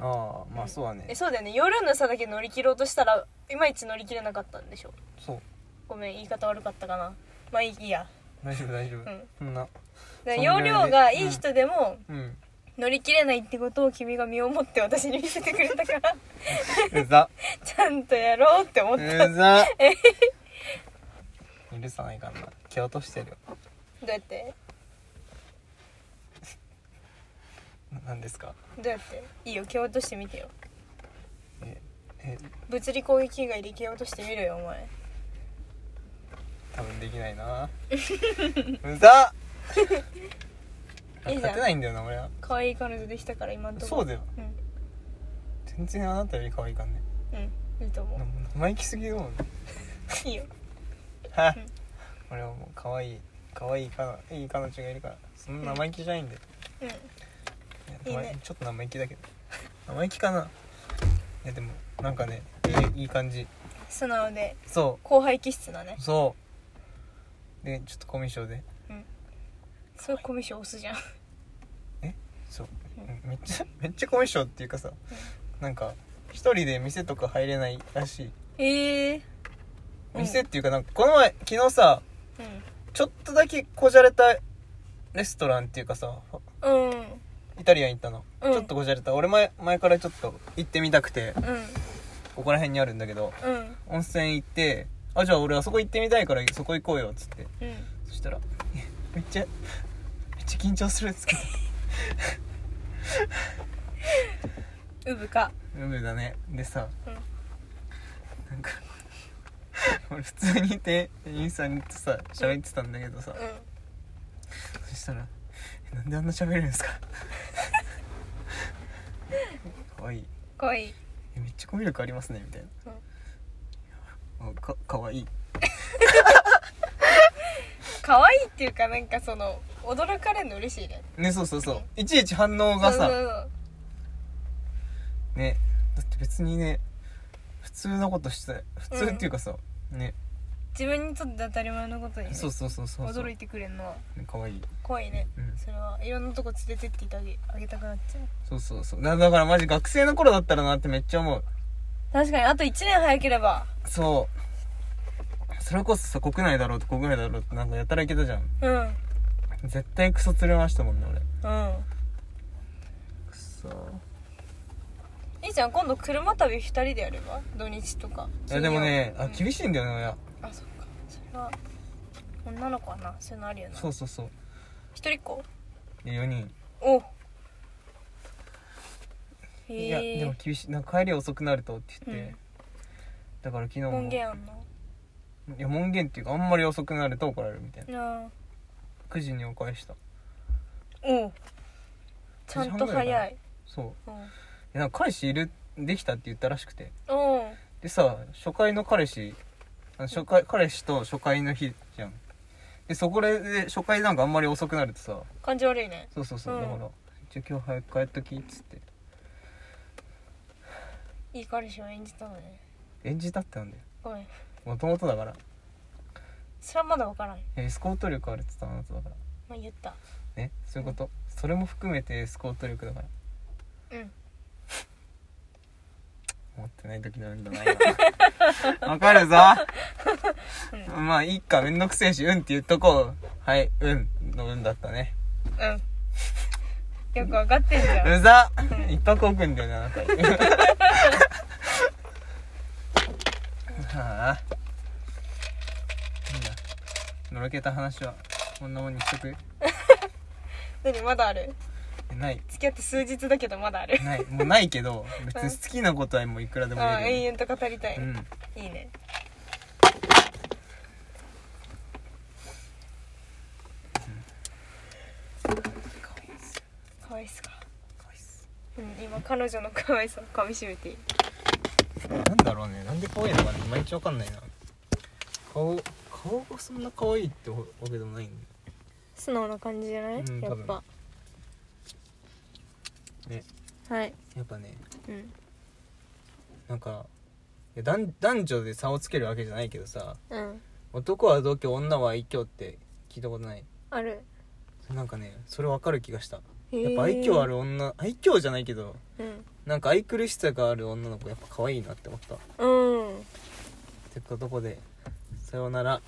Speaker 2: あまあそうだ
Speaker 1: え
Speaker 2: ね
Speaker 1: そうだよね容量の良さだけ乗り切ろうとしたらいまいち乗り切れなかったんでしょ
Speaker 2: そう
Speaker 1: ごめん言い方悪かったかなまあいいいいや
Speaker 2: 大丈夫大丈夫
Speaker 1: うん
Speaker 2: そんな
Speaker 1: だから
Speaker 2: そんぐ
Speaker 1: 容
Speaker 2: らいで
Speaker 1: 量がいい人でも
Speaker 2: うん
Speaker 1: 乗り切れないってことを君が身をもって私に見せてくれたから
Speaker 2: うざ
Speaker 1: ちゃんとやろうって思った
Speaker 2: うざ許さないからな蹴落としてるよ
Speaker 1: どうやって
Speaker 2: ななんですか
Speaker 1: どうやっていいよ蹴落としてみてよ
Speaker 2: ええ
Speaker 1: 物理攻撃以外で蹴落としてみろよお前
Speaker 2: 多分できないなうざ
Speaker 1: いいじゃ
Speaker 2: 勝
Speaker 1: ん
Speaker 2: てないんだよな俺は
Speaker 1: 可愛い彼女できたから今んとこ
Speaker 2: そうだよ
Speaker 1: う
Speaker 2: 全然あなたより可愛いからね
Speaker 1: んうんいいと思
Speaker 2: な生意気すぎるもんね
Speaker 1: ういいよ
Speaker 2: はい俺はもう可愛い可愛いかないい彼女がいるからそんな生意気じゃないんで、
Speaker 1: うん
Speaker 2: いや
Speaker 1: いいね
Speaker 2: ちょっと生意気だけど生意気かないやでもなんかねいいいい感じ
Speaker 1: 素直で
Speaker 2: そ
Speaker 1: 後輩気質だね
Speaker 2: うそうでちょっとコミュ障で
Speaker 1: そういうコミュ障押すじゃん
Speaker 2: そう
Speaker 1: うん
Speaker 2: うんめっちゃ めっちゃコミュ障っていうかさ、なんか一人で店とか入れないらしい
Speaker 1: ええうん
Speaker 2: 店っていうかなんかこの前昨日さ
Speaker 1: う
Speaker 2: ちょっとだけこじゃれたレストランっていうかさ
Speaker 1: んうん
Speaker 2: イタリアン行ったの、
Speaker 1: うん
Speaker 2: ちょっとこじゃれた俺前前からちょっと行ってみたくて
Speaker 1: うん
Speaker 2: ここら辺にあるんだけど
Speaker 1: うん
Speaker 2: 温泉行ってあじゃあ俺あそこ行ってみたいからそこ行こうよっつって
Speaker 1: うん
Speaker 2: そしたら いやめっちゃめっちゃ緊張するっつって
Speaker 1: うぶか
Speaker 2: うぶだねでさ、
Speaker 1: うん
Speaker 2: なんか 俺普通にいて店員さんとさ喋ってたんだけどさ、
Speaker 1: う
Speaker 2: そしたら「えなんであんな喋れるんですか? 」かわいい
Speaker 1: んかわいい
Speaker 2: 「えめっちゃコミュ力ありますね」みたいな「あかかわいい
Speaker 1: かわいいっていうかなんかその驚かれるの嬉しいね」
Speaker 2: ねそうそうそういちいち反応が
Speaker 1: そう
Speaker 2: さ
Speaker 1: そう
Speaker 2: ねだって別にね普通のことして普通っていうかさ、ね
Speaker 1: 自分にとって当たり前のことに、ね、
Speaker 2: そうそうそうそうそう
Speaker 1: 驚いてくれるのは
Speaker 2: ねかわいい
Speaker 1: 怖いね、
Speaker 2: うん
Speaker 1: それはいろんなとこ連れてっていたげあげたくなっちゃう
Speaker 2: そうそうそうだだからマジ学生の頃だったらなってめっちゃ思う
Speaker 1: 確かにあと1年早ければ
Speaker 2: そうそれこそさ国内だろうと国外だろうってなんかやたらいけたじゃん
Speaker 1: うんうん
Speaker 2: 絶対クソ釣れましたもんね俺クソ
Speaker 1: いいじゃん今度車旅2人でやれば土日とか
Speaker 2: いやでもね
Speaker 1: 金曜
Speaker 2: あ厳しいんだよね親
Speaker 1: うんあそっかそれは女の子はなそういうのあるよな
Speaker 2: そうそうそう
Speaker 1: 一人っ子
Speaker 2: で4人
Speaker 1: お
Speaker 2: いや
Speaker 1: へ
Speaker 2: でも
Speaker 1: え
Speaker 2: 厳しいなんか帰り遅くなるとって言って、
Speaker 1: うん
Speaker 2: だから昨日も
Speaker 1: 門限あんの
Speaker 2: いや門限っていうかあんまり遅くなると怒られるみたいな
Speaker 1: あ
Speaker 2: 9時にお返した
Speaker 1: ーおうちゃんと早い
Speaker 2: そう
Speaker 1: うん
Speaker 2: えなんか彼氏いるできたって言ったらしくて
Speaker 1: おう
Speaker 2: でさ初回の彼氏あの初回彼氏と初回の日じゃんでそこで初回なんかあんまり遅くなるとさ
Speaker 1: 感じ悪いね
Speaker 2: そうそうそう、
Speaker 1: うん
Speaker 2: だから「じゃあ今日早く帰っとき」っつって
Speaker 1: いい彼氏を演じたのね
Speaker 2: 演じたってなんだよ
Speaker 1: ごめん
Speaker 2: もともとだから
Speaker 1: それはまだ分からん
Speaker 2: エスコート力あるっつったのあなただから
Speaker 1: まあ言った
Speaker 2: ねそういうこと、それも含めてエスコート力だから
Speaker 1: うん
Speaker 2: 持ってない時の運動ない なわかるぞ、まあいいかめんどくせえし「うん」って言っとこうはい「うん」の運だったね
Speaker 1: うんよく分かってんじゃん
Speaker 2: うざ一泊置くんだよな、あなたはあ。いいな。のろけた話は、こんなもんにしとく
Speaker 1: 何まだある
Speaker 2: えない、
Speaker 1: 付き合って数日だけどまだある
Speaker 2: ない、もうないけど、別に好きなことはもういくらでも
Speaker 1: ああ永
Speaker 2: 言えるよ。
Speaker 1: 遠と語りたい、
Speaker 2: うん。
Speaker 1: いいねかわいいっすか
Speaker 2: かわいいっす
Speaker 1: うん今彼女の可愛さをかみしめている
Speaker 2: なんだろうね、なんで可愛いのかね、いまいちわかんないな。顔、顔がそんな可愛いってわけでもないんだよ
Speaker 1: 素直な感じじゃない、
Speaker 2: うん
Speaker 1: やっぱ
Speaker 2: ね。
Speaker 1: はい
Speaker 2: やっぱね、
Speaker 1: うん
Speaker 2: なんか、いや男男女で差をつけるわけじゃないけどさ、
Speaker 1: うん
Speaker 2: 男は同居女は愛嬌って聞いたことない
Speaker 1: ある
Speaker 2: なんかねそれ分かる気がしたや
Speaker 1: や
Speaker 2: っぱ愛嬌ある女愛嬌じゃないけど
Speaker 1: うん
Speaker 2: なんか愛くるしさがある女の子やっぱ可愛いなって思った
Speaker 1: うん
Speaker 2: てかどこでさようなら